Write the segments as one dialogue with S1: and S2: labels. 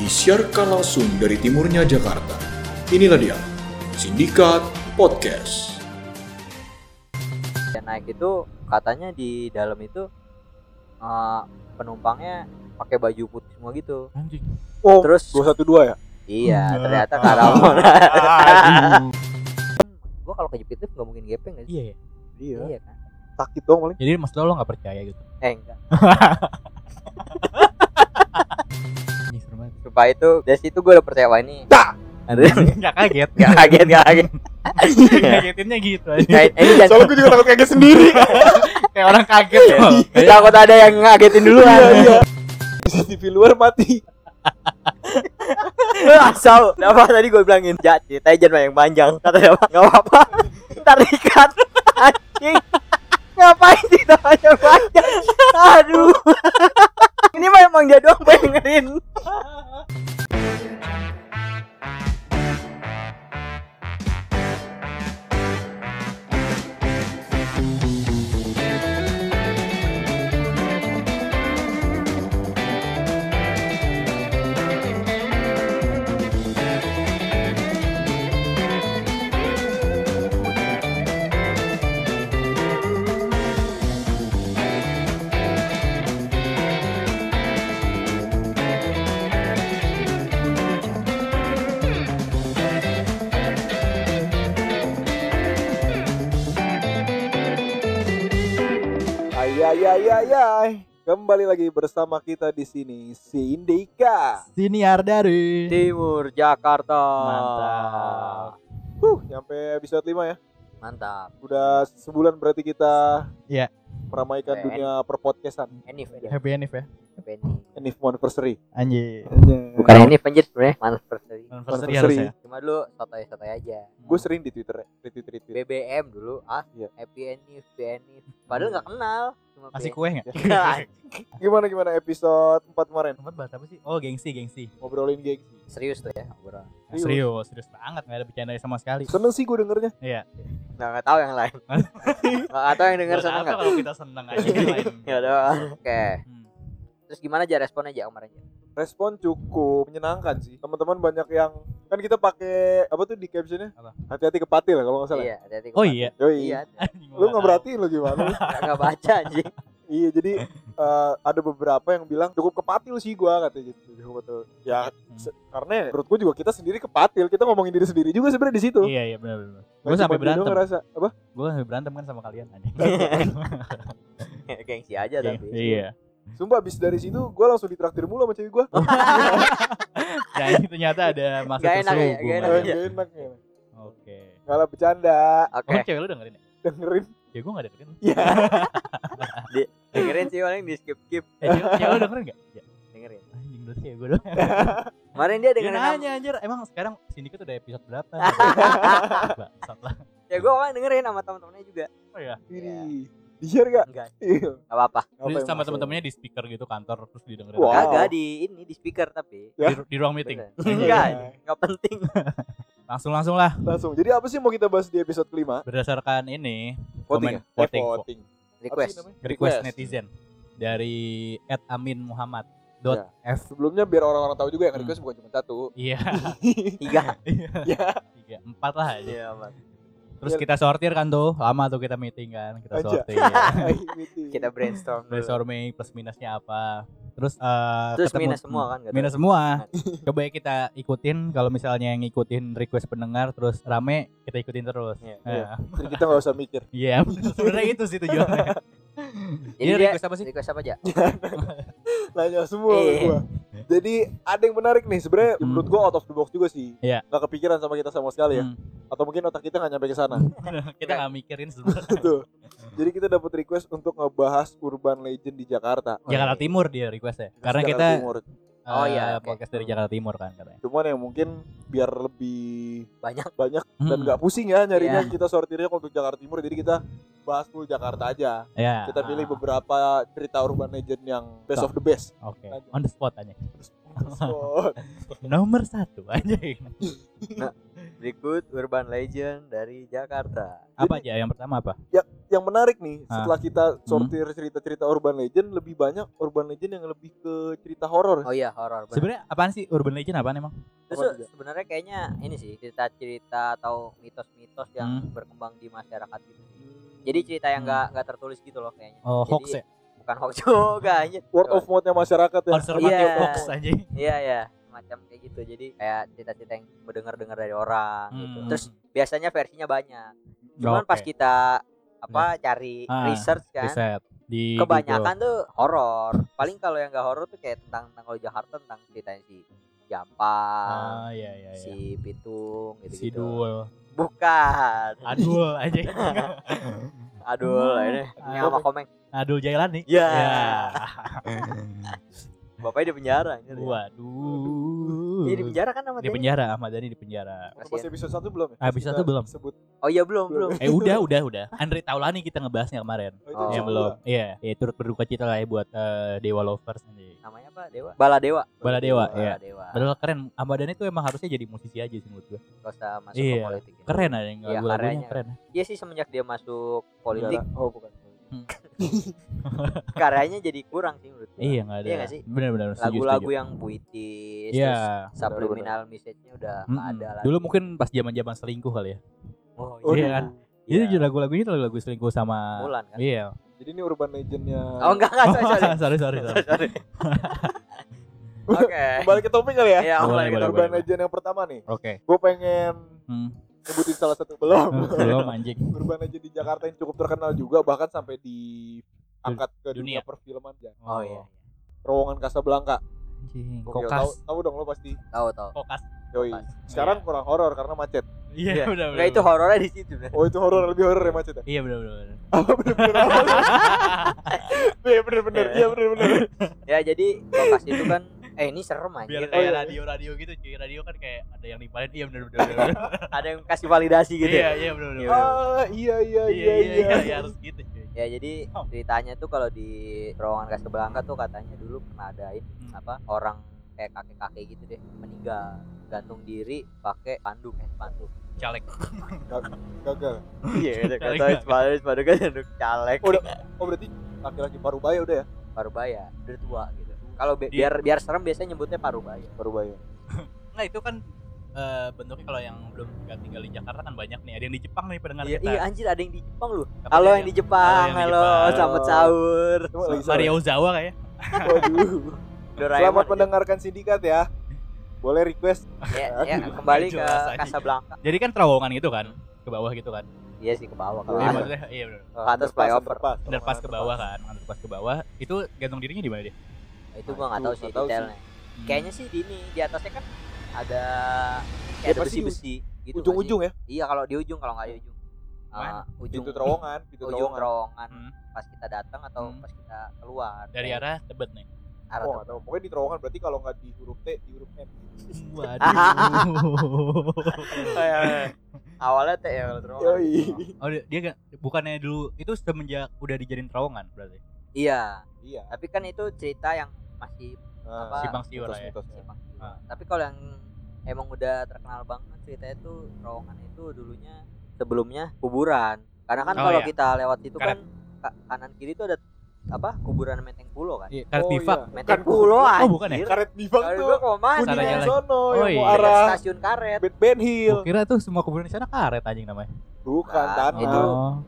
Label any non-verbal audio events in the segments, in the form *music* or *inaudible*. S1: disiarkan langsung dari timurnya Jakarta. Inilah dia, Sindikat Podcast.
S2: yang naik itu katanya di dalam itu eh, penumpangnya pakai baju putih semua gitu
S3: Anjing.
S4: Oh,
S2: Terus-
S4: 212 ya?
S2: iya
S3: Enggak.
S2: ternyata
S3: Ah.
S2: karawang *laughs*
S3: Aduh.
S2: gue kalau kejepit lift nggak mungkin gepeng nggak sih
S3: Iya. ya?
S4: Iya.
S2: iya kan
S4: Sakit dong paling.
S3: Jadi Mas Dolo nggak percaya gitu.
S2: eh enggak
S3: Anjing serem *laughs* banget.
S2: supaya itu dari situ gue udah percaya wah ini nggak
S3: Enggak kaget.
S2: kaget *laughs* nggak
S3: *laughs*
S2: kaget
S3: Kagetinnya gitu aja.
S2: Nah, ini jangan
S4: Soalnya gue juga takut kaget sendiri.
S3: Kayak orang kaget ya. loh. Kayak-
S2: Iya. takut ada yang ngagetin duluan
S4: CCTV luar mati.
S2: asal apa tadi gue bilangin ya ceritanya jangan yang panjang kata dia apa nggak apa ntar dikat anjing ngapain ceritanya yang panjang aduh ini mah emang dia doang gue dengerin
S4: Ay ay ay ay ay. Ya, Kembali lagi bersama kita di sini si Indika.
S3: Siniar dari.
S2: timur Jakarta
S3: Mantap.
S4: Huh, nyampe episode 5 ya.
S2: mantap
S4: Udah sebulan berarti kita
S3: Iya.
S4: meramaikan
S2: Keren.
S4: dunia perpodcastan.
S2: Enif Enif
S3: Happy Enif ya.
S4: Enif anniversary.
S3: Anjir.
S2: bukan Enif anjir sebenarnya anniversary
S3: Anniversary
S4: Anniversary.
S3: harusnya.
S2: cuma dulu sotoy sotoy aja
S4: Gue sering di Twitter, ya, di Twitter itu.
S2: BBM dulu ah
S4: Iya.
S2: happy Enif happy Enif padahal nggak kenal cuma
S3: Masih kue enggak?
S2: Enggak.
S4: Gimana gimana episode 4 kemarin
S3: Tempat bahas Iya. apa sih? Oh, gengsi, gengsi.
S4: ngobrolin gengsi.
S2: serius tuh ya obrolan
S3: Nah, serius, serius banget enggak ada bercandanya sama sekali.
S4: Seneng sih gue dengernya.
S3: Iya.
S2: nggak nggak tahu yang
S3: *laughs*
S2: lain nggak tahu yang denger
S3: Buat
S2: sana
S3: apa
S2: nggak
S3: Kalau kita seneng aja yang lain.
S2: *laughs* ya udah oke
S3: Hmm.
S2: terus gimana aja responnya aja kemarin aja
S4: respon cukup menyenangkan sih teman-teman banyak yang kan kita pakai apa tuh di captionnya
S3: Apa?
S4: hati-hati kepatil kalau nggak salah ya.
S2: iya hati-hati
S3: Oh
S2: kemarin.
S3: iya.
S4: Yoi.
S3: *laughs*
S2: iya
S3: Anjing, gua
S4: lu nggak
S3: tahu.
S4: berarti lu
S3: *laughs*
S4: gimana
S2: nggak nggak baca anjing
S4: iya jadi eh, ada beberapa yang bilang cukup kepatil sih gua katanya gitu cukup kepatil. ya
S3: Hmm.
S4: se- karena menurut gua juga kita sendiri kepatil kita ngomongin diri sendiri juga sebenarnya di situ
S3: Iya, iya benar benar.
S4: Nggak
S3: Gue
S4: cuma
S3: sampai
S4: dia doang
S3: berantem.
S4: ngerasa apa
S3: Gue sampai berantem kan sama kalian anjing.
S2: Ya, gengsi aja Iya, tapi
S3: Iya.
S4: sumpah abis dari situ gua langsung ditraktir mulu sama cewek gua
S3: Dan itu Nah, ternyata ada maksud
S2: Nggak enak ya,
S3: terselubung.
S2: nggak
S4: Eh,
S2: enak
S3: anjing.
S4: nggak enak ya
S3: Oke.
S4: nggak lah bercanda
S3: Oh,
S2: oke
S3: cewek lu dengerin ya?
S4: dengerin
S3: Ya gue gak dengerin.
S4: ya
S2: dengerin sih paling di skip skip
S3: Eh, *laughs* cewek cewek lu dengerin gak? Ya.
S2: dengerin
S3: Anjing berarti cewek gue doang.
S2: kemarin dia
S3: Dia
S2: dengerin sama
S3: nanya anjir, emang sekarang Sindiket udah episode berapa?
S4: *laughs*
S3: Bangsat lah.
S2: ya gue kemarin dengerin sama teman-temannya juga
S3: Oh ya.
S4: ini di share gak
S2: enggak
S4: Iya.
S2: nggak apa-apa
S4: Apa yang
S3: sama
S4: masuk?
S3: teman-temannya di speaker gitu kantor terus didengerin.
S4: Wow.
S2: kagak di ini di speaker tapi
S3: Di, di ruang meeting.
S2: Bener.
S4: Iya.
S2: enggak enggak penting
S3: Langsung-langsung lah
S4: langsung jadi apa sih yang mau kita bahas di episode kelima
S3: berdasarkan ini
S4: voting
S3: Komen,
S4: ya? Eh,
S3: voting,
S4: voting. Apa sih
S2: request
S4: namanya?
S3: request netizen dari @aminmuhammad. Dot
S4: Ya.
S3: F
S4: sebelumnya biar orang-orang tahu juga yang
S3: Hmm.
S4: request bukan cuma satu
S3: iya *laughs*
S4: *laughs*
S2: tiga
S3: tiga empat lah aja.
S2: Iya, Mas.
S3: Terus kita sortir kan tuh lama tuh kita meeting kan kita
S4: Aja.
S3: sortir.
S4: Hai, meeting.
S2: kita brainstorm dulu.
S3: brainstorming plus minusnya apa terus eh,
S2: terus
S3: ketemu-
S2: minus semua kan nggak tahu.
S3: minus
S2: *laughs*
S3: semua coba ya kita ikutin kalau misalnya yang ngikutin request pendengar terus rame kita ikutin terus
S2: Iya.
S3: Nah,
S4: Jadi kita nggak usah mikir
S3: iya *laughs* sebenarnya itu sih tujuannya
S2: *laughs* jadi
S3: Ini
S2: dia
S3: request apa sih
S2: request apa aja
S4: nanya semua ke
S2: Iya.
S4: gua jadi ada yang menarik nih sebenarnya
S3: Hmm.
S4: menurut gua out of the box juga sih
S3: Iya.
S4: nggak kepikiran sama kita sama sekali ya
S3: Hmm.
S4: atau mungkin otak kita nggak nyampe ke sana *laughs*
S3: kita nggak
S2: Iya.
S3: mikirin
S2: *laughs*
S3: sebenarnya
S2: Oh,
S4: Tuh. jadi kita dapat request untuk ngebahas urban legend di Jakarta
S2: iya,
S3: Jakarta Timur dia requestnya karena
S4: Jakarta
S3: kita
S4: Timur.
S3: eh,
S2: Oh, iya, oke.
S3: podcast dari Jakarta Timur kan katanya
S4: cuman yang mungkin biar lebih
S2: banyak
S4: banyak dan
S3: Hmm.
S4: nggak pusing ya
S2: Iya.
S4: nyarinya kita sortirnya untuk Jakarta Timur jadi kita bahas dulu Jakarta aja
S3: ya
S4: kita
S2: Ah.
S4: pilih beberapa cerita urban legend yang best of the best
S3: ah, oke on the spot aja
S4: So,
S3: nomor satu
S2: *laughs*
S3: aja
S2: berikut urban legend dari Jakarta
S3: apa aja yang pertama apa
S4: yang menarik nih
S3: Ah.
S4: setelah kita sortir cerita-cerita urban legend lebih banyak urban legend yang lebih ke cerita horor.
S2: Oh iya horor. bener.
S3: Sebenarnya apaan sih urban legend apaan emang?
S2: Terus
S4: Apa juga?
S2: sebenarnya kayaknya ini sih cerita-cerita atau mitos-mitos yang
S3: Hmm.
S2: berkembang di masyarakat gitu. Jadi cerita yang
S3: Hmm.
S2: nggak nggak tertulis gitu loh kayaknya.
S3: Oh, hoax
S2: Jadi,
S3: ya.
S2: Bukan hoax juga
S3: *laughs*
S2: anjir.
S4: Word of mouth-nya masyarakat ya.
S3: Konservatif
S2: Iya.
S3: hoax aja.
S2: Iya ya, macam kayak gitu. Jadi kayak cerita-cerita yang mendengar-dengar dari orang gitu.
S3: Hmm.
S2: Terus biasanya versinya banyak. Cuman pas
S3: Oke,
S2: kita apa cari
S3: Ah,
S2: research kan
S3: riset di
S2: kebanyakan tuh horor. Paling kalau yang nggak horor tuh kayak tentang tentang kalau Jakarta tentang ceritanya si
S3: Google.
S2: Jampang,
S3: Ah, iya iya iya.
S2: si Pitung gitu
S3: Si
S2: gitu.
S3: Dul.
S2: Bukan.
S3: Adul *laughs* aja.
S2: Aduh, ini ini sama Komeng.
S3: Adul Iya. Jailani.
S2: Ya.
S3: Ya.
S2: Bapaknya di penjara. anjir.
S3: Waduh.
S2: Iya di penjara kan sama
S3: Di
S2: Denny?
S3: penjara, Ahmad Dhani di penjara.
S4: Waktu Pas episode 1 belum ya?
S3: Ah, episode
S4: Kita
S3: satu belum.
S4: Sebut.
S2: Oh iya belum belum.
S3: Eh udah udah udah. Andre Taulani kita ngebahasnya kemarin.
S4: Oh, itu
S2: Oh.
S3: Ya
S4: episode
S3: belum. Iya, ya turut berduka cita lah ya buat eh, Dewa Lovers nanti.
S2: Namanya apa? Dewa. Bala Dewa.
S3: Bala Dewa, iya.
S2: Bala Dewa.
S3: Padahal keren. Ahmad Dhani tuh emang harusnya jadi musisi aja sih menurut gua.
S2: Gak usah masuk
S3: Iya.
S2: ke politik. ya.
S3: Keren aja yang
S2: Iya,
S3: lagu-lagunya
S2: karyanya.
S3: keren.
S2: Iya sih semenjak dia masuk politik
S4: Penjara. Oh, bukan.
S2: karyanya jadi kurang sih menurut gua.
S3: Iya, enggak ada.
S2: Iya nggak sih?
S3: Benar-benar setuju,
S2: Lagu-lagu
S3: setuju.
S2: yang puitis,
S3: Iya.
S2: terus subliminal message-nya udah nggak
S3: Mm-mm.
S2: ada lagi.
S3: Dulu mungkin pas zaman-zaman selingkuh kali ya.
S2: oh,
S4: Oh,
S3: Iya
S2: iya.
S3: kan?
S2: Iya.
S3: Jadi lagu-lagunya tuh lagu-lagu selingkuh sama
S2: Mulan kan?
S3: Iya.
S4: Jadi ini urban legendnya.
S2: Oh enggak enggak sorry *laughs* sorry.
S3: *laughs* sorry sorry. sorry.
S2: Sorry. Oke.
S4: Kembali ke topik kali ya.
S2: Iya, mulai
S3: Boleh, boleh,
S2: gitu.
S3: boleh.
S4: urban legend yang pertama nih.
S3: Oke.
S4: Gue pengen
S2: *laughs*
S3: Hmm.
S4: sebutin salah satu belum. *laughs*
S3: Belum anjing.
S4: urban legend di Jakarta yang cukup terkenal juga bahkan sampai diangkat ke dunia,
S3: Dunia.
S4: perfilman ya.
S2: Oh iya.
S4: Terowongan Casablanca.
S3: Anjing.
S4: Gokil. Tahu
S3: Kokas.
S4: tahu dong lo pasti.
S2: Tahu tahu.
S3: Kokas.
S4: Yoi.
S2: Kokas.
S4: Sekarang kurang horor karena macet.
S3: Iya, benar.
S2: Enggak itu horornya di situ. bener.
S4: Oh itu horor lebih horor ya macet ya.
S3: Iya benar benar. benar.
S4: *laughs* Apa bener-bener horor? Iya bener-bener. Iya bener-bener.
S2: Ya jadi lokasi itu kan eh ini serem
S3: Biar
S4: Iya,
S2: anjir.
S3: kayak radio-radio gitu, cuy. Radio kan kayak ada yang dipalin. Iya benar benar. benar, benar.
S2: Ada yang kasih validasi *laughs* gitu.
S3: Iya
S2: ya Oh,
S3: iya benar benar. benar.
S4: Ah iya iya
S3: Iya iya
S4: iya.
S3: iya harus gitu, cuy.
S2: Ya jadi
S3: Oh.
S2: ceritanya tuh kalau di terowongan Casablanca tuh katanya dulu pernah ada ini,
S3: Hmm.
S2: apa orang kayak kakek-kakek gitu deh meninggal gantung diri pakai panduk eh panduk.
S3: Caleg.
S4: Gagal.
S2: *laughs* Iya, udah
S3: Caleg
S2: kata panduk panduk kan panduk caleg.
S4: Udah. Oh berarti laki-laki parubaya udah ya?
S2: Parubaya, udah tua gitu. Kalau bi-
S3: Dia-
S2: biar biar serem biasanya nyebutnya parubaya.
S4: Parubaya.
S3: Nah, itu kan eh, bentuknya kalau yang belum nggak tinggal di Jakarta kan banyak nih. Ada yang di Jepang nih pendengar
S2: Iya,
S3: kita. ya?
S2: iya anjir ada yang di Jepang lu.
S3: Tapi
S2: Halo
S3: ada
S2: yang di Jepang,
S3: yang di
S2: halo,
S3: Jepang.
S2: selamat sahur.
S4: Cuma lagi sore.
S3: Mario Ozawa kayak.
S4: Waduh. Selamat
S2: Doraemon.
S4: mendengarkan sindikat ya. Boleh request.
S2: Ya, ya, kembali
S3: Nggak
S2: ke
S3: jelas aja.
S2: Casablanca.
S3: Jadi kan terowongan gitu kan ke bawah gitu kan.
S2: Iya sih ke bawah ke
S4: Iya,
S3: Iya
S2: atas.
S3: maksudnya iya benar.
S2: Ke atas
S4: Underpass,
S2: flyover.
S4: underpass.
S3: Underpass ke bawah kan, underpass ke bawah. Itu gantung dirinya di mana dia?
S2: Itu gua nggak tahu
S4: Aduh,
S2: sih
S4: nggak tahu sih.
S2: detailnya.
S3: Hmm.
S2: Kayaknya sih di ini di atasnya kan ada
S4: Ya,
S2: kayak
S4: pasti
S2: ada besi-besi gitu. nggak
S4: Ujung-ujung ya.
S2: sih? Iya, kalau di ujung kalau nggak di ujung. Ah,
S3: Mana?
S2: ujung
S4: Pintu terowongan, pintu
S2: ujung
S4: terowongan.
S2: terowongan
S3: Hmm.
S2: pas kita datang atau
S3: Hmm.
S2: pas kita keluar
S3: dari
S2: Kayak
S3: arah Tebet nih.
S2: arah
S4: Oh, nggak tahu. Pokoknya di terowongan berarti kalau nggak di huruf T, di huruf M. *laughs*
S3: Waduh.
S4: Iya,
S2: awalnya teh ya kalau terowongan
S4: Yoi.
S3: *laughs* oh, dia, dia nggak- bukannya dulu itu semenjak udah dijadiin terowongan berarti.
S2: iya
S4: Iya.
S2: tapi kan itu cerita yang masih
S4: Nah,
S2: Apa?
S3: Simpang siur lah ya.
S4: mitos-mitosnya.
S2: simpang siur.
S3: Ah.
S2: tapi kalau yang emang udah terkenal banget ceritanya tuh terowongan itu dulunya sebelumnya kuburan karena kan
S3: Oh,
S2: kalau
S3: iya.
S2: kita lewat itu
S3: Karet.
S2: kan ka- kanan kiri tuh ada apa kuburan Menteng Pulo kan
S3: Iya, karet
S4: Oh,
S3: bivak.
S4: iya.
S2: Menteng Pulo
S3: Oh, bukan ya?
S2: anjir.
S4: Karet bivak
S2: Karet
S4: tuh.
S2: gua kok mana
S3: Sana
S4: Kuningan
S3: jalan.
S4: sono
S3: Oh,
S4: yang mau
S3: iya.
S4: arah
S2: stasiun karet
S4: Ben, Ben Hill.
S2: iya.
S3: Gua kira tuh semua kuburan di sana karet anjing namanya.
S4: Bukan
S2: Nah,
S4: tanah.
S2: itu. *laughs*
S3: Oh.